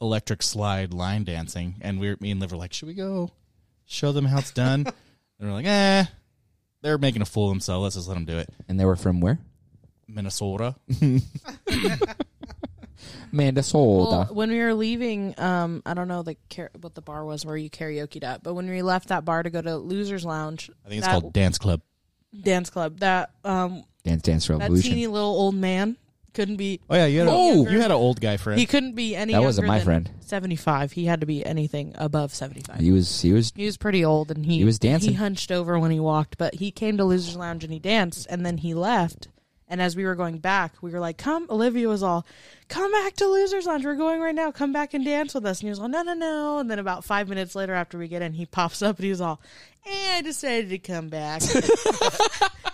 A: electric slide line dancing, and we, were, me and Liv, were like, "Should we go show them how it's done?" and we're like, "Eh, they're making a fool of themselves. Let's just let them do it."
B: And they were from where?
A: Minnesota.
B: Minnesota.
C: Well, when we were leaving, um, I don't know the car- what the bar was where you karaoke'd at, but when we left that bar to go to Losers Lounge,
A: I think it's
C: that
A: called Dance Club.
C: Dance Club, that um,
B: Dance Dance
C: that
B: Revolution.
C: teeny little old man couldn't be.
A: Oh yeah, you had a,
B: Oh!
A: you had an old guy friend.
C: He couldn't be any.
B: That wasn't
C: younger
B: my
C: than
B: friend.
C: Seventy-five. He had to be anything above seventy-five.
B: he was he was
C: He was pretty old, and he
B: He was dancing.
C: He hunched over when he walked, but he came to Losers Lounge and he danced, and then he left, And as we were going back, we were like, "Come!" Olivia was all, "Come back to Losers Lounge. We're going right now. Come back and dance with us." And he was all, "No, no, no." And then about five minutes later, after we get in, he pops up and he's all, eh, "I decided to come back."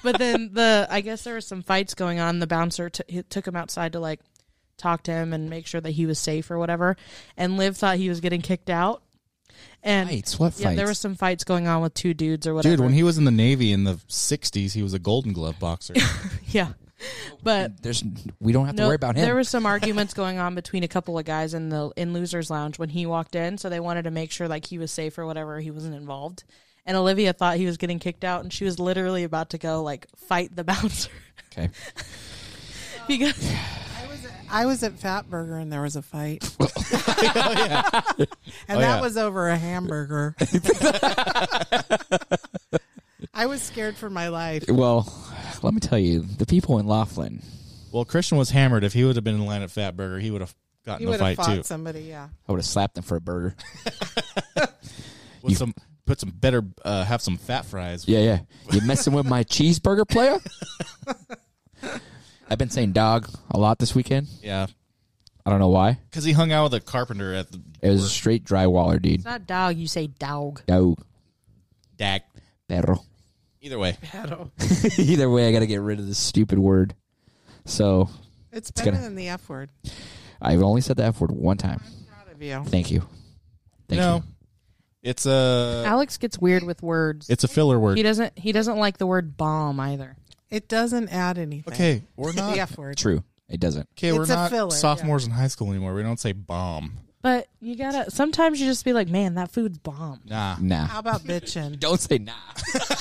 C: but then the I guess there was some fights going on. The bouncer t- he took him outside to like talk to him and make sure that he was safe or whatever. And Liv thought he was getting kicked out. And
B: Fights? What
C: yeah, there
B: fights?
C: were some fights going on with two dudes or whatever.
A: Dude, when he was in the Navy in the 60s, he was a golden glove boxer.
C: yeah, but
B: There's we don't have to worry about him.
C: There was some arguments going on between a couple of guys in the in losers lounge when he walked in, so they wanted to make sure like he was safe or whatever, he wasn't involved. And Olivia thought he was getting kicked out, and she was literally about to go like fight the bouncer
B: okay.
C: because
D: I was at Fat Burger and there was a fight.
B: Oh,
D: and that
A: yeah.
D: was over a hamburger. I was scared for my life.
B: Well, let me tell you, the people in Laughlin.
A: well, Christian was hammered. If he would have been in line at Fat Burger, he would have gotten
D: You
A: in a
D: would have
A: fight
D: fought
A: too.
D: somebody, yeah.
B: I would have slapped them for a burger.
A: With some, put some better, uh, have some fat fries.
B: Yeah, yeah. You messing with my cheeseburger player? I've been saying dog a lot this weekend.
A: Yeah.
B: I don't know why.
A: Because he hung out with a carpenter at the
B: It was a straight drywaller, dude.
C: it's not dog, you say dog.
B: Dog.
A: DAC.
B: Perro.
A: Either way.
B: Either way, I got to get rid of this stupid word. So
D: It's better
B: gonna-
D: than the F word.
B: I've only said the F word one time.
D: Proud of you.
B: Thank you. Thank
A: no.
B: you.
A: It's a
C: Alex gets weird with words.
A: it's a filler word.
C: He doesn't he doesn't like the word bomb either.
D: It doesn't add anything.
A: Okay, we're not
D: The F word.
B: True. It doesn't.
A: okay.
D: It's
A: we're
D: a
A: not
D: filler, yeah.
A: sophomores in high school anymore. We don't say bomb.
C: But you gotta sometimes you just be like, man, that food's bomb.
A: Nah,
B: Nah.
D: How about bitchin'?
B: Don't say nah.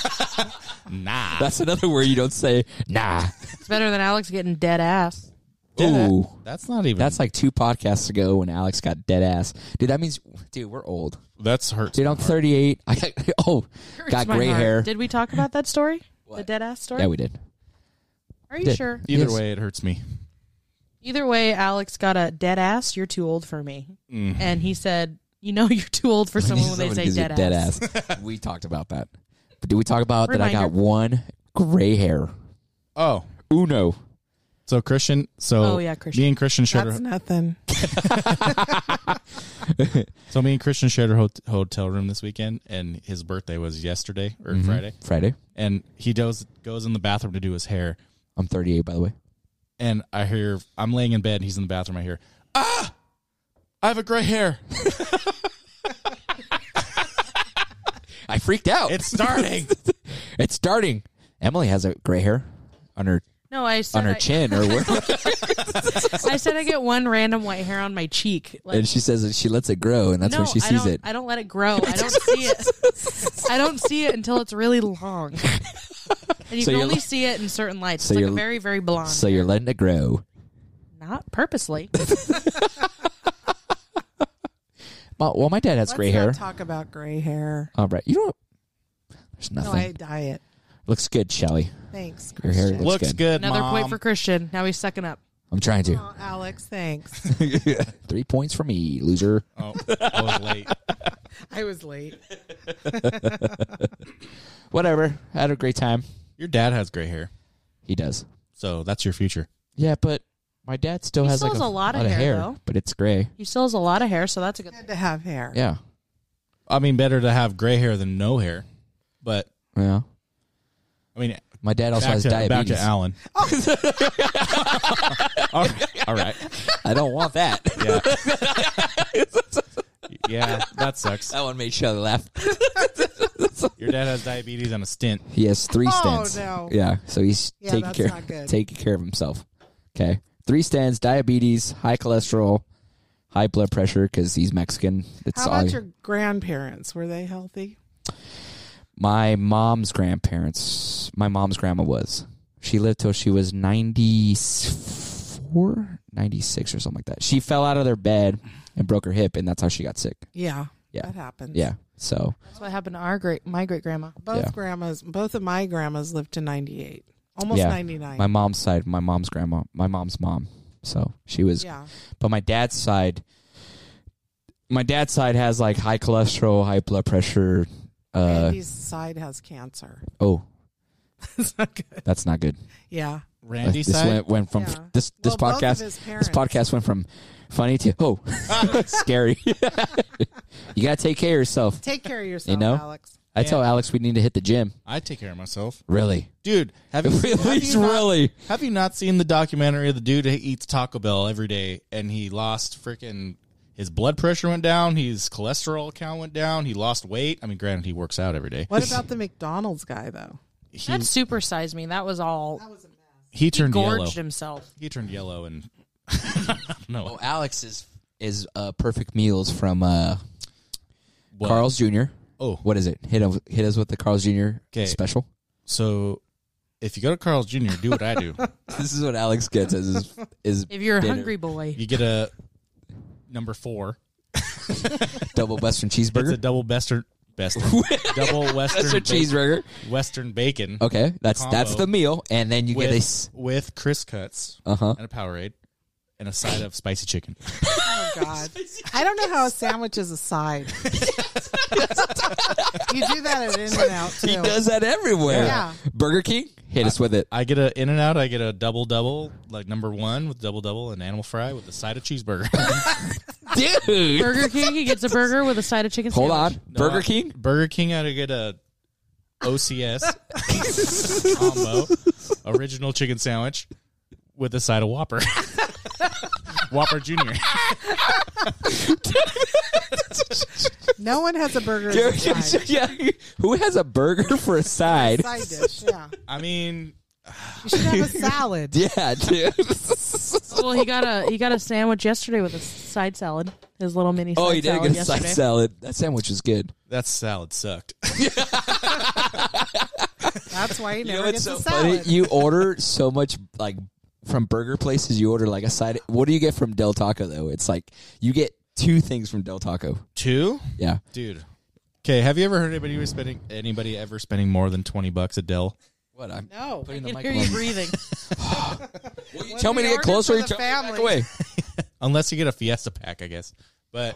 A: nah.
B: That's another word you don't say nah.
C: It's better than Alex getting dead ass.
B: Ooh.
A: That's not even.
B: That's like two podcasts ago when Alex got dead ass. Dude, that means, dude, we're old.
A: that's hurts.
B: Dude, I'm 38. I got, oh, got
C: Hurts my
B: gray
C: heart.
B: hair.
C: Did we talk about that story? The dead ass story?
B: yeah, we did.
C: Are you
B: did.
C: sure?
A: Either
B: Yes.
A: way, it hurts me.
C: Either way, Alex got a dead ass. You're too old for me. And he said, "You know, you're too old for someone when they say
B: Mm-hmm. gives you
C: dead, ass."
B: ass. we talked about that. But did we talk about that I got
C: Reminder.
B: one gray hair?
A: Oh,
B: Uno.
A: so Christian. So
C: Oh, yeah, Christian.
A: Me and Christian shared.
D: That's
A: a-
D: nothing.
A: so me and Christian shared a hot hotel room this weekend, and his birthday was yesterday or
B: Mm-hmm.
A: Friday.
B: Friday.
A: And he does goes in the bathroom to do his hair,
B: I'm 38, by the way.
A: and I hear I'm laying in bed, and he's in the bathroom. I hear ah, I have a gray hair.
B: I freaked out.
A: It's starting.
B: It's starting. Emily has a gray hair on her
C: No, I
B: on
C: said
B: her
C: I,
B: chin or where,
C: I said I get one random white hair on my cheek. Like,
B: and she says that she lets it grow and that's
C: no,
B: when she
C: I
B: sees
C: don't,
B: it.
C: I don't let it grow. I don't see it. I don't see it until it's really long. And you
B: So
C: can
B: you're
C: only
B: li-
C: see it in certain lights.
B: So
C: it's like
B: you're-
C: a very, very blonde.
B: so you're letting it grow.
C: Not purposely.
B: Well, well my dad has
D: Let's
B: gray
D: not
B: hair.
D: talk about gray hair.
B: All right. You don't There's
D: No,
B: nothing.
D: I dye it.
B: Looks good, Shelly.
D: Thanks,
B: Your hair
D: Christian.
B: looks
A: Looks
B: good.
A: good.
C: Another
A: Mom.
C: point for Christian. Now he's sucking up.
B: I'm trying to.
D: Aw, Alex, thanks.
B: 3 points for me, loser.
A: Oh, I was late.
D: I was late.
B: Whatever. Had a great time.
A: Your dad has gray hair,
B: He does.
A: so that's your future.
B: Yeah, but my dad still
C: He
B: has
C: still
B: like
C: has a lot of hair, though.
B: but it's gray.
C: He still has a lot of hair, so that's a good.
D: Good to have hair.
B: Yeah.
A: I mean, better to have gray hair than no hair. But
B: Yeah.
A: I mean,
B: My dad also
A: back,
B: has
A: to, back
B: diabetes.
A: to Alan. all, right, all right.
B: I don't want that.
A: Yeah. yeah, that sucks.
B: that one made Shelly laugh.
A: Your dad has diabetes and a stint.
B: He has three
D: Oh,
B: stents.
D: no.
B: Yeah, so he's
D: Yeah,
B: taking
D: that's
B: care
D: not good.
B: taking care of himself. Okay, three stents, diabetes, high cholesterol, high blood pressure because he's Mexican. It's
D: How
B: all,
D: about your grandparents? Were they healthy?
B: my mom's grandparents. My mom's grandma was. She lived till she was 94, 96 or something like that. She fell out of their bed and broke her hip, and that's how she got sick.
D: Yeah.
B: Yeah.
D: That happens.
B: Yeah, so
C: That's what happened to our great my great grandma.
D: Both
B: Yeah.
D: grandmas, both of my grandmas lived to 98, almost
B: Yeah.
D: 99.
B: my mom's side, my mom's grandma, my mom's mom. So she was
D: yeah.
B: But my dad's side, my dad's side has like high cholesterol, high blood pressure. Uh,
D: Randy's side has cancer.
B: oh,
D: That's not good.
B: That's not good.
D: Yeah.
A: Randy
B: this
A: side.
B: went, went from
D: Yeah.
B: this this
D: Well, both of
B: podcast
D: his
B: this
D: parents.
B: podcast went from funny to oh scary. you gotta take care of yourself.
D: Take care of yourself,
B: You know?
D: Alex.
B: I tell Alex we need to hit the gym.
A: I take care of myself,
B: Really,
A: dude. Have you, have you
B: He's
A: not-
B: really.
A: Have you not seen the documentary of the dude who eats Taco Bell every day and he lost freaking his blood pressure went down, his cholesterol count went down, he lost weight. I mean, granted, he works out every day.
D: What about the McDonald's guy though?
A: He,
C: That supersized me. That was all.
A: he
C: he
A: turned
C: gorged
A: yellow.
C: himself.
A: He turned yellow and
B: Oh, Alex is is uh, perfect meals from uh,
A: what?
B: Carl's Jr.
A: Oh.
B: what is it? Hit us, hit us with the Carl's Jr.
A: 'Kay.
B: special.
A: So, if you go to Carl's Jr., do what I do.
B: This is what Alex gets as his, is
C: If you're a
B: dinner.
C: hungry boy,
A: You get a number four.
B: double Western
A: It's
B: cheeseburger,
A: a double western, western, double western,
B: Western
A: ba-
B: cheeseburger.
A: western bacon.
B: Okay, that's that's
A: Combo.
B: the meal, and then you get a
A: with,
B: s-
A: with Chris cuts
B: Uh-huh.
A: and a Powerade and a side of spicy chicken.
D: Oh God. I don't know how a sandwich is a side. you do that at In and Out too.
B: He does that everywhere.
D: Yeah.
B: Burger King, hit us with it.
A: I get a In and Out. I get a double double, like number one with double double and animal fry with a side of cheeseburger.
B: Dude.
C: Burger King, he gets a burger with a side of chicken.
B: Hold
C: sandwich.
B: on.
A: No,
B: Burger
A: I-
B: King?
A: Burger King. I get a OCS combo original chicken sandwich with a side of Whopper. Whopper Junior.
D: No one has a burger as
B: Yeah,
D: a side,
B: yeah. Who has a burger for a side?
D: side dish. Yeah.
A: I mean,
D: You should have a salad.
B: Yeah, dude.
C: Well, he got a he got a sandwich yesterday with a side salad. His little mini.
B: oh,
C: side
B: he did
C: salad
B: get a side
C: yesterday.
B: salad. That sandwich was good.
A: that salad sucked.
D: That's why you
B: You
D: never
B: know what's
D: gets
B: so
D: a
B: funny?
D: salad.
B: You order so much like from burger places. You order like a side. What do you get from Del Taco though? It's like you get two things from Del Taco.
A: Two,
B: Yeah.
A: dude. Okay, have you ever heard anybody was spending anybody ever spending more than twenty bucks at Dell?
B: What? I'm,
D: no.
B: Putting
C: I
B: the mic
C: can hear
B: on.
C: you breathing.
B: Well, you tell me
D: we
B: to get
D: ordered
B: closer.
D: for
B: You
D: the
B: tell me to back
D: family.
B: away.
A: unless you get a fiesta pack i guess but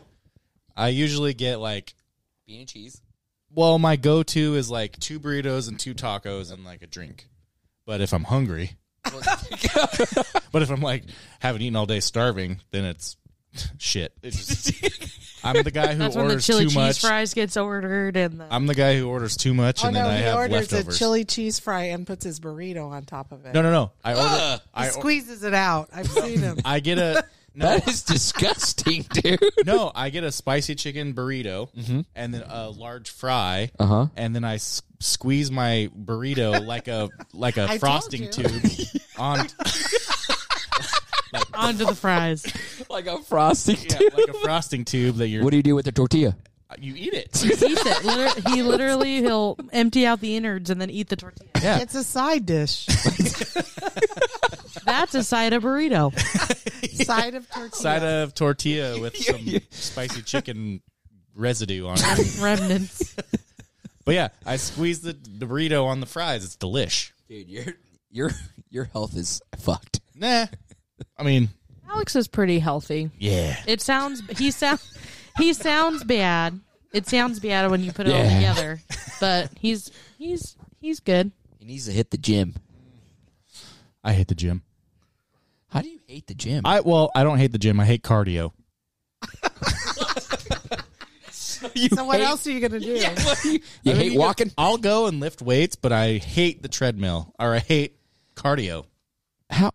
A: i usually get like
B: Bean and cheese.
A: well my go-to is like two burritos and two tacos and like a drink but if i'm hungry but if i'm like haven't eaten all day starving then it's shit It's just- i'm the guy who
C: That's when the
A: orders
C: chili
A: too
C: cheese
A: much
C: fries gets ordered, and the,
A: i'm the guy who orders too much
D: Oh
A: and then
D: no,
A: i
D: he
A: have
D: orders
A: leftovers
D: a chili cheese fry and puts his burrito on top of it.
A: no no no i order
D: He
A: I, or-
D: squeezes it out. I've seen him.
A: I get a no
B: That is disgusting, dude.
A: no, I get a spicy chicken burrito and then a large fry,
B: Mm-hmm. Uh-huh.
A: and then I s- squeeze my burrito like a like a
D: told
A: frosting
D: you.
A: tube on
C: onto the fries.
B: like a frosting.
A: yeah,
B: dude.
A: like a frosting tube that you're
B: What do you do with the tortilla?
A: you eat it.
C: Eats it. Liter- he literally he'll empty out the innards and then eat the tortilla.
A: Yeah,
D: It's a side dish.
C: That's a side of burrito.
D: Side of tortilla.
A: side of tortilla with some spicy chicken residue on it.
C: Remnants.
A: But yeah, I squeeze the, the burrito on the fries. It's delish.
B: Dude, your your your health is fucked.
A: Nah, I mean,
C: Alex is pretty healthy.
A: yeah,
C: It sounds he sounds he sounds bad. It sounds bad when you put it all
B: Yeah.
C: together, but he's he's he's good.
B: He needs to hit the gym.
A: I hate the gym.
B: How do you hate the gym?
A: I well, I don't hate the gym. I hate cardio.
D: So what else are you gonna do?
B: you
A: I mean,
B: hate
A: you can-
B: walking?
A: I'll go and lift weights, but I hate the treadmill or I hate cardio.
B: How?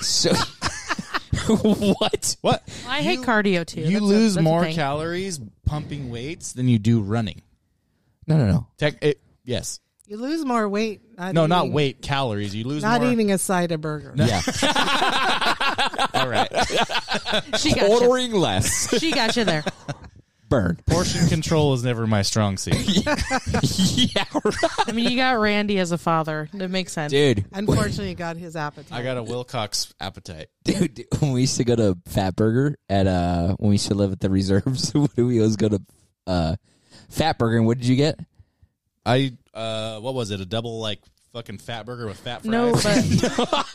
B: So what?
A: What?
C: I hate cardio too.
A: You
C: That's a-
A: lose
C: that's a
A: more
C: thing.
A: calories pumping weights than you do running.
B: No, no, no.
A: Tech, it, yes.
D: You lose more weight. Not
A: No, not
D: eating-
A: weight, calories. You lose
D: Not
A: more.
D: eating a side of burger.
B: Yeah,
A: All right.
C: She got you.
B: ordering less.
C: She got you there.
B: Burn.
A: Portion control is never my strong suit.
B: yeah, right.
C: I mean, you got Randy as a father. That makes sense.
B: dude.
D: Unfortunately, you got his appetite.
A: I got a Wilcox appetite.
B: Dude, dude, when we used to go to Fat Burger at uh, when we used to live at the reserves, what do we always go to uh, Fat Burger? And what did you get?
A: I uh what was it? A double like fucking fat burger with fat fries.
C: No, but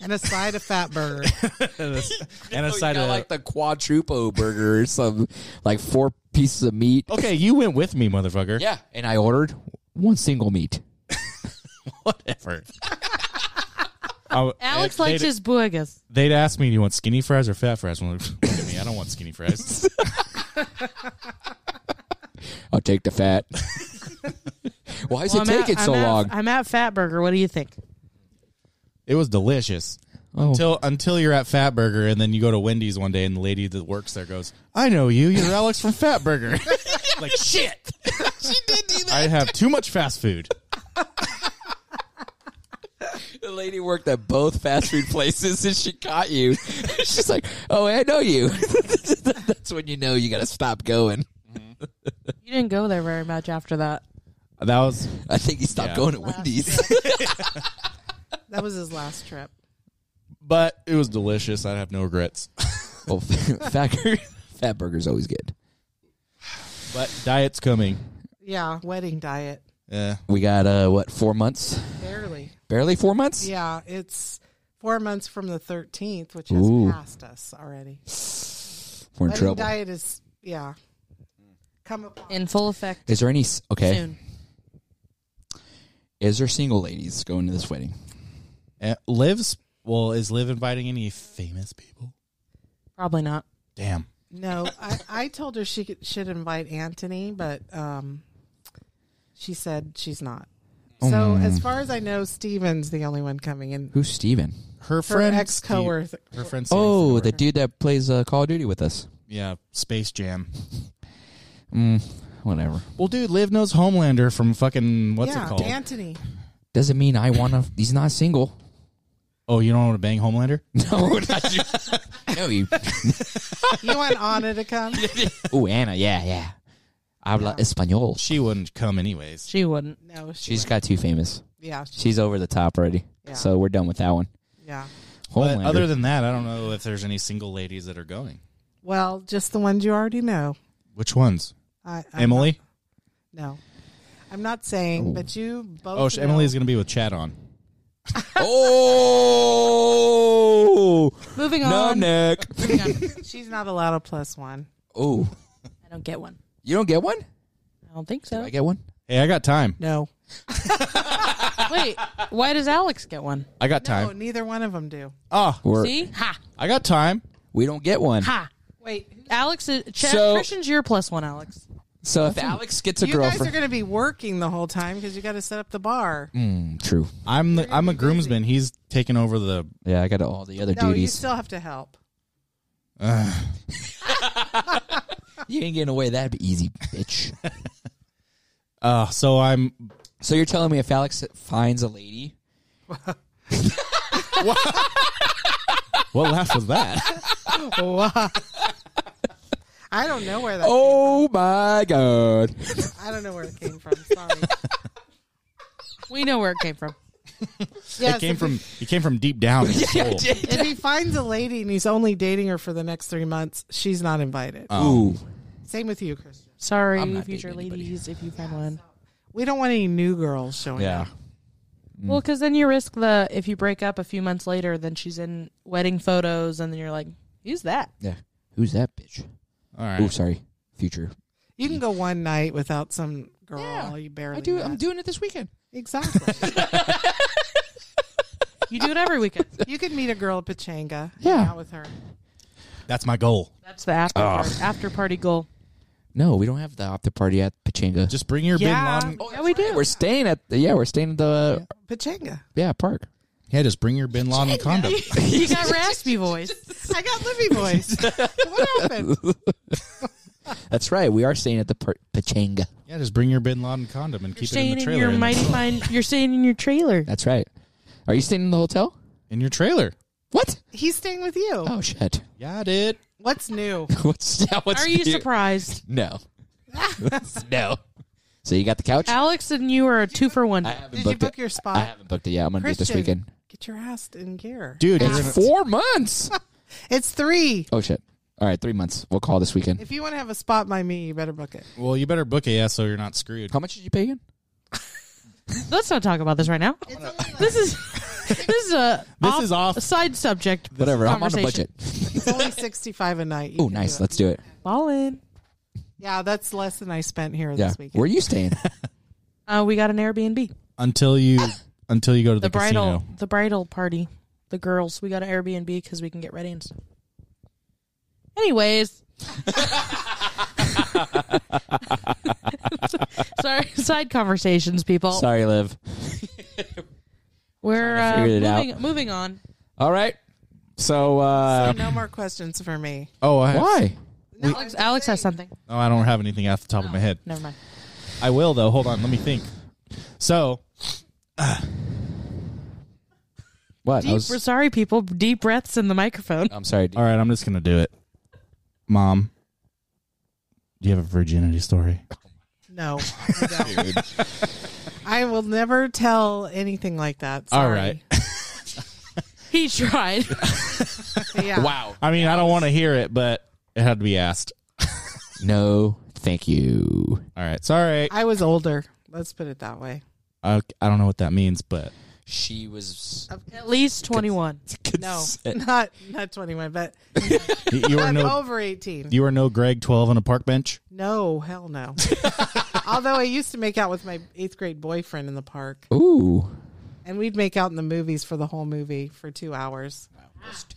D: and a side of fat burger.
A: and a,
B: Oh,
A: and a
B: you
A: side
B: got,
A: of
B: like the quadruple burger or some like four pieces of meat.
A: Okay, you went with me, motherfucker.
B: Yeah, and I ordered one single meat.
A: Whatever. Oh,
C: Alex
A: they-
C: likes
A: they'd-
C: his buogas.
A: They'd ask me, "Do you want skinny fries or fat fries?" I'm like, "Look at me, I don't want skinny fries.
B: I'll take the fat. Why is
C: Well,
B: it
C: I'm
B: taking
C: at-
B: so
C: I'm at-
B: long?
C: I'm at Fatburger. What do you think?
A: it was delicious
B: Oh.
A: until until you're at Fat Burger, and then you go to Wendy's one day, and the lady that works there goes, "I know you. You're Alex from Fat Burger." like shit,
B: she did do that.
A: I have too much fast food.
B: The lady worked at both fast food places and she caught you. She's like, "Oh, I know you." That's when you know you got to stop going.
C: You didn't go there very much after that.
A: That was
B: I think he stopped
A: Yeah.
B: going to Wendy's.
D: That was his last trip.
A: but it was delicious. I have no regrets.
B: well, fat, fat burger's always good.
A: But diet's coming.
D: Yeah, wedding diet.
A: Yeah.
B: We got uh what four months?
D: Barely.
B: Barely four months.
D: Yeah, it's four months from the 13th, which has
B: Ooh.
D: passed us already.
B: We're in
D: Wedding
B: trouble.
D: diet is, yeah, come upon.
C: In full effect
B: Is there any s- okay?
C: soon.
B: Is there single ladies going to this wedding?
A: Uh, Liv's well, is Liv inviting any famous people?
C: Probably not.
A: Damn.
D: No, I, I told her she could, should invite Anthony, but um, she said she's not.
A: Oh,
D: So as far as I know, Steven's the only one coming in.
B: Who's Steven?
A: Her
D: Her
A: friend,
D: ex coworker.
A: Steve- her friend.
B: Oh, the
A: Steven.
B: dude that plays uh, Call of Duty with us.
A: yeah, Space Jam.
B: Mm, whatever.
A: Well, dude, Liv knows Homelander from fucking what's
D: yeah,
A: it called?
D: Anthony.
B: Doesn't mean I want to. He's not single.
A: Oh, you don't want to bang Homelander?
B: No, not you. no, you.
D: You want Anna to come?
B: Oh, Anna. Yeah, yeah. Habla español.
A: She wouldn't come anyways.
C: She wouldn't.
D: No, she
B: She's
D: went.
B: got too famous.
D: Yeah, she,
B: She's over the top already.
D: Yeah.
B: So we're done with that one.
D: yeah.
A: But
B: Homelander.
A: other than that, I don't know if there's any single ladies that are going.
D: Well, just the ones you already know.
A: Which ones?
D: I, I'm
A: Emily?
D: not- no, I'm not saying, but you both.
A: Oh, sh-
D: know-
A: Emily's going to be with Chad on.
B: oh,
C: Moving
B: no
C: on.
B: neck.
C: Moving on.
D: She's not allowed a plus one.
B: Oh,
C: I don't get one.
B: you don't get one?
C: I don't think
B: Do
C: so.
B: I get one?
A: Hey, I got time.
D: No,
C: Wait, why does Alex get one?
A: I got
D: no,
A: time.
D: Oh, neither one of them do.
A: Oh,
B: We're,
C: See? Ha.
A: I got time.
B: we don't get one.
C: Ha.
D: Wait,
C: Alex is Chad,
B: So-
C: Christian's your plus one, Alex.
B: So if Alex gets a
D: you guys are
B: girlfriend,
D: going to be working the whole time because you got to set up the bar.
B: Mm, true.
A: I'm the, I'm a groomsman. He's taking over the.
B: Yeah, I got all the other
D: No, you
B: duties.
D: still have to help.
B: you ain't getting away that easy, bitch.
A: Uh, so I'm.
B: so you're telling me if Alex finds a lady,
A: What laugh was that?
D: I don't know where that.
B: oh my god,
D: I don't know where it came from. Sorry.
C: We know where it came from.
D: yes,
A: It came
D: if
A: from it came from deep down. in his soul.
D: he- If he finds a lady and he's only dating her for the next three months, she's not invited.
B: ooh,
D: Same with you, Christian.
B: I'm
C: Sorry,
B: not
C: future
B: dating anybody.
C: ladies, if you find one.
D: We don't want any new girls showing
A: yeah.
D: up.
B: Mm.
C: Well, because then you risk the if you break up a few months later, then she's in wedding photos, and then you're like, who's that?
B: yeah. Who's that bitch?
A: All
B: Oh,
A: right.
B: sorry, future.
D: You can go one night without some girl Oh, you barely.
B: I do.
D: met.
B: I'm doing it this weekend.
D: exactly.
C: You do it every weekend.
D: you could meet a girl at Pachanga.
B: Yeah.
D: hang out with her.
A: That's my goal.
C: That's the after
B: Ah.
C: part, after party goal.
B: No, we don't have the after party at Pachanga.
A: Just bring your
D: Yeah.
A: Bin Laden.
C: yeah, we do.
B: we're staying at the, yeah, we're staying at the
D: Pachanga.
B: Oh, yeah park.
A: Yeah, just bring your Bin Laden condom.
C: You got raspy voice.
D: I got Libby voice. what happened?
B: That's right. We are staying at the par- Pachanga.
A: Yeah, just bring your Bin Laden condom and
C: You're
A: keep it in
C: staying
A: the
C: in,
A: trailer.
C: your
A: and then-
C: mighty fine. You're staying in your trailer.
B: That's right. Are you staying in the hotel?
A: in your trailer.
B: What?
D: He's staying with you.
B: Oh shit.
A: Yeah, dude.
D: What's new?
B: What's, yeah, what's
C: Are you
B: new?
C: surprised?
B: No. no. So you got the couch?
C: Alex and you are a two for one.
B: I haven't
D: Did you
B: booked
D: book
B: it.
D: your spot?
B: I haven't booked it yet. I'm gonna do it this
D: Christian,
B: weekend.
D: Get your ass in gear.
A: Dude, you're
B: It's
A: gonna-
B: four months.
D: It's three.
B: oh shit. All right, three months. We'll call this weekend.
D: If you want to have a spot by me, you better book it.
A: well, you better book it, yeah, so you're not screwed.
B: How much did you pay again?
C: Let's not talk about this right now. This is this is a
A: This is off-
C: a side subject.
B: Whatever. I'm on a
C: conversation.
B: budget.
D: It's only sixty-five a night. You
B: Oh,
D: can
B: nice.
D: do it.
B: Let's do it.
C: Ballin.
D: Yeah, that's less than I spent here
B: Yeah.
D: this weekend.
B: Where are you staying?
C: Uh, we got an Airbnb.
A: until you until you go to
C: The,
A: the,
C: bridal,
A: casino.
C: the bridal party, the girls. We got an Airbnb because we can get ready and stuff. Anyways, sorry, side conversations, people.
D: Oh.
B: Sorry, Liv.
C: We're
B: Trying to
C: uh,
B: figure it
C: moving, moving on.
B: All right. So, uh,
D: no more questions for me.
A: Oh, I
B: why?
C: Alex, Alex has something.
A: No, I don't have anything off the top of my head.
C: Never mind.
A: I will though. Hold on, let me think. So
B: What? I
C: Deep,
B: was-
C: we're sorry, people. Deep breaths in the microphone.
B: I'm sorry. dude.
A: All right, I'm just gonna do it. Mom, do you have a virginity story?
D: No, I, don't. I will never tell anything like that. Sorry.
A: All right.
C: He tried.
D: But yeah.
B: Wow.
A: I mean, I don't want to hear it, but it had to be asked.
B: No, thank you.
A: All right, sorry.
D: I was older. Let's put it that way.
A: I, I don't know what that means, but
B: She was.
C: At least twenty one.
D: No, not not twenty one, but
A: you, you are
D: I'm
A: no
D: over eighteen.
A: you are no Greg twelve on a park bench.
D: no, hell no. Although I used to make out with my eighth grade boyfriend in the park,
A: Oh.
B: Ooh.
D: and we'd make out in the movies for the whole movie for two hours.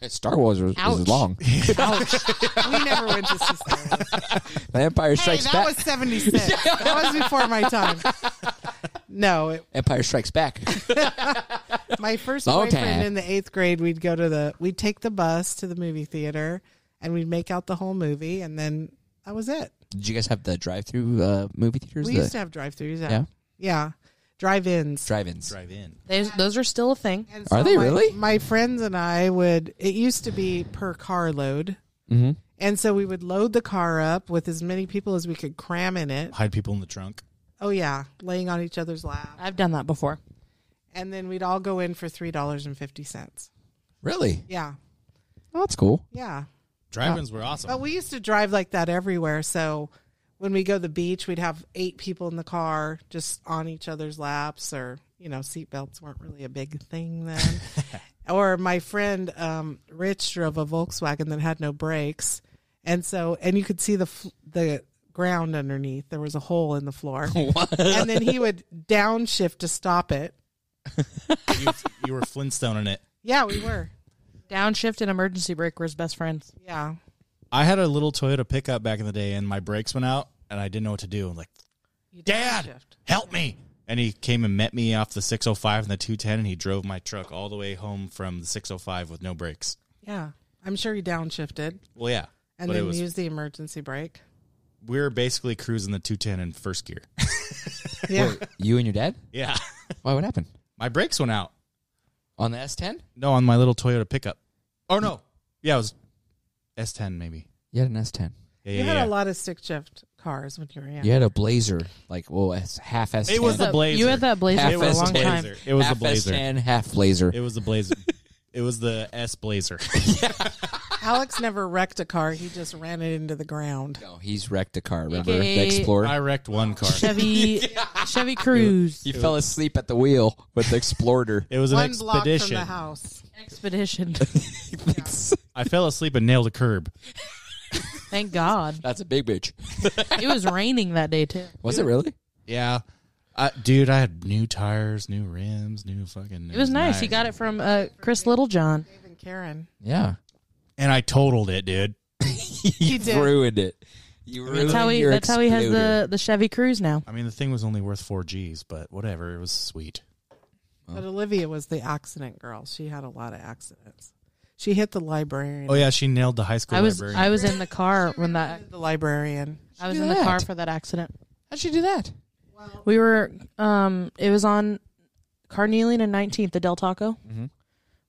B: Star Wars was,
C: Ouch.
B: was long.
D: We never went to see Star Wars.
B: The Empire
D: Hey,
B: Strikes
D: that
B: Back.
D: was 76. that was before my time. No, it,
B: Empire Strikes Back.
D: my first
B: Long
D: boyfriend
B: time.
D: in the eighth grade, we'd go to the, we'd take the bus to the movie theater and we'd make out the whole movie and then that was it.
B: Did you guys have the drive-through uh, movie theaters?
D: we
B: the
D: used to have drive throughs.
B: Yeah?
D: Yeah. Yeah. Drive ins.
B: drive-ins.
A: Drive in.
C: Those, those are still a thing.
D: And
B: Are they
D: my-
B: really?
D: My friends and I would. It used to be per car load,
B: Mm-hmm.
D: and so we would load the car up with as many people as we could cram in it.
A: Hide people in the trunk.
D: Oh yeah, laying on each other's lap,
C: I've done that before.
D: and then we'd all go in for three dollars and fifty cents.
B: Really?
D: Yeah,
B: Oh, that's cool.
D: yeah.
A: Drive-ins were awesome.
D: But we used to drive like that everywhere. So when we go to the beach, we'd have eight people in the car just on each other's laps, or, you know, seatbelts weren't really a big thing then. or my friend um, Rich drove a Volkswagen that had no brakes. And so, and you could see the, f- the, ground underneath there was a hole in the floor and then he would downshift to stop it
A: you, you were Flintstoning it.
D: yeah we were
C: Downshift and emergency brake were his best friends.
D: yeah
A: I had a little Toyota pickup back in the day, and my brakes went out, and I didn't know what to do. I'm like, Dad, help me! And he came and met me off the 605 and the 210, and he drove my truck all the way home from the 605 with no brakes.
D: yeah i'm sure he downshifted
A: Well, yeah,
D: and
A: but it
D: then
A: was
D: used the emergency brake
A: we were basically cruising the 210 in first gear.
D: yeah
B: You and your dad?
A: yeah,
B: Why? What happened
A: my brakes went out.
B: on the S10?
A: No, on my little Toyota pickup. Oh no, yeah, it was S10 maybe.
B: You had an S10.
A: Yeah,
D: You
A: yeah,
D: had
A: yeah.
D: a lot of stick shift cars when you were young.
B: You had a Blazer, like well, S- half S10.
A: It was the blazer.
C: You had that blazer
B: Half
A: it
C: for a
A: was
B: S10.
C: long time.
A: blazer. It was
B: half
A: a blazer.
B: S10, half Blazer.
A: It was the blazer. It was the S blazer.
D: Alex never wrecked a car; he just ran it into the ground.
B: no, Oh, he's wrecked a car. Remember the
C: Okay.
B: Explorer?
A: I wrecked one car.
C: Chevy Chevy Cruise
B: you fell asleep at the wheel with the Explorer.
A: It was an
D: One block from
A: expedition.
D: the house.
C: Expedition.
A: I fell asleep and nailed a curb.
C: Thank God.
B: That's a big bitch.
C: It was raining that day too.
B: Was it really?
A: Yeah. I, dude, I had new tires, new rims, new fucking.
C: It was nice. He got it from uh, Chris Littlejohn.
D: Even Karen,
B: Yeah.
A: and I totaled it, dude.
B: you
D: did.
B: ruined it. You ruined
C: That's how he.
B: your
C: That's how he has
B: exploder.
C: the the Chevy Cruise now.
A: I mean, the thing was only worth four G's, but whatever. It was sweet.
D: but Olivia was the accident girl. She had a lot of accidents. She hit the librarian.
A: Oh yeah, she nailed the high school
C: I was
A: librarian.
C: I was in the car when that
D: The librarian.
C: I was
B: do
C: in the car
B: that?
C: for that accident.
B: How'd you do that?
C: We were um it was on Carnelian and 19th the Del Taco.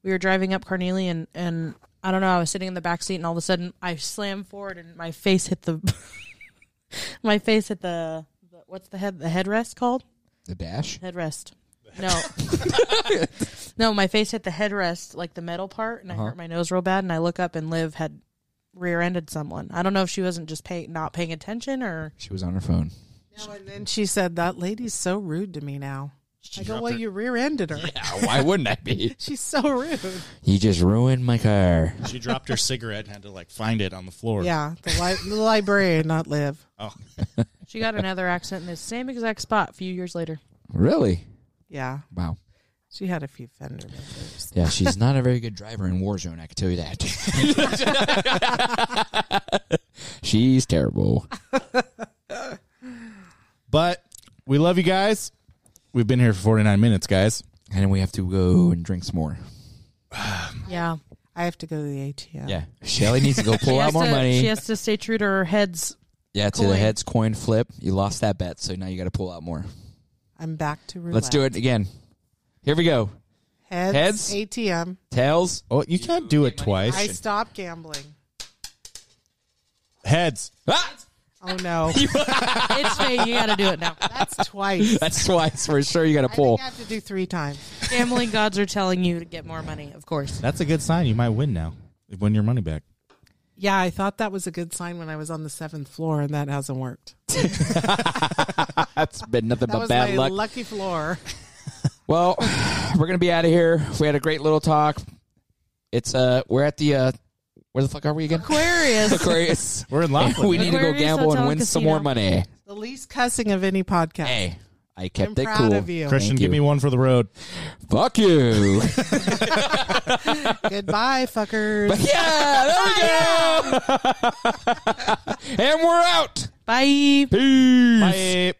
C: We were driving up Carnelian and I don't know, I was sitting in the back seat and all of a sudden I slammed forward and my face hit the my face hit the, the what's the head the headrest called?
B: The dash.
C: Headrest. No. no, my face hit the headrest, like the metal part, and I hurt my nose real bad. And I look up, and Liv had rear-ended someone. I don't know if she wasn't just pay- not paying attention, or
B: She was on her phone.
D: No, and then she said that lady's so rude to me now. I go, well, you rear-ended her.
B: Yeah, why wouldn't I be?
D: She's so rude.
B: You just ruined my car.
A: she dropped her cigarette and had to like find it on the floor.
D: Yeah, the, li- the librarian, not Liv.
A: Oh,
C: she got another accident in the same exact spot a few years later.
B: Really?
D: Yeah,
B: Wow.
D: she had a few fender benders.
B: Yeah, she's not a very good driver in Warzone, I can tell you that. she's terrible.
A: But we love you guys. We've been here for 49 minutes, guys.
B: And then we have to go and drink some more.
C: Yeah.
D: I have to go to the ATM.
B: Yeah. Shelly needs to go
C: She
B: pull out
C: has
B: more
C: to-
B: money.
C: She has to stay true to her head's
B: yeah, to the
C: coin.
B: heads coin flip. You lost that bet, so now you got to pull out more.
D: I'm back to roulette.
B: Let's do it again. Here we go.
D: Heads,
B: Heads?
D: ATM.
B: Tails.
A: Oh, you can't do it
D: I
A: twice.
D: stopped gambling.
A: Heads.
B: Ah!
D: Oh no,
C: It's fate. You got to do it now.
D: that's twice.
B: That's twice for sure you got to
D: I think
B: pull.
D: I have to do three times.
C: Gambling gods are telling you to get more money, of course.
A: That's a good sign. You might win now. Win your money back.
D: Yeah, I thought that was a good sign when I was on the seventh floor, and that hasn't worked.
B: That's been nothing
D: That
B: but
D: was
B: bad
D: my
B: luck.
D: lucky floor.
B: Well, we're gonna be out of here. We had a great little talk. It's uh, we're at the uh, where the fuck are we again?
C: Aquarius.
B: Aquarius.
A: We're in Laughlin.
B: we need to go
C: Aquarius
B: gamble and
C: Hotel
B: win some
C: Casino.
B: more money.
D: The least cussing of any podcast.
B: Hey, I
D: I'm
B: kept it
D: proud
B: cool.
D: of you.
A: Christian,
B: Thank
A: give
B: you.
A: me one for the road.
B: Fuck you.
D: Goodbye, fuckers.
B: but yeah, there we go. and we're out.
C: Bye.
B: Peace.
A: Bye.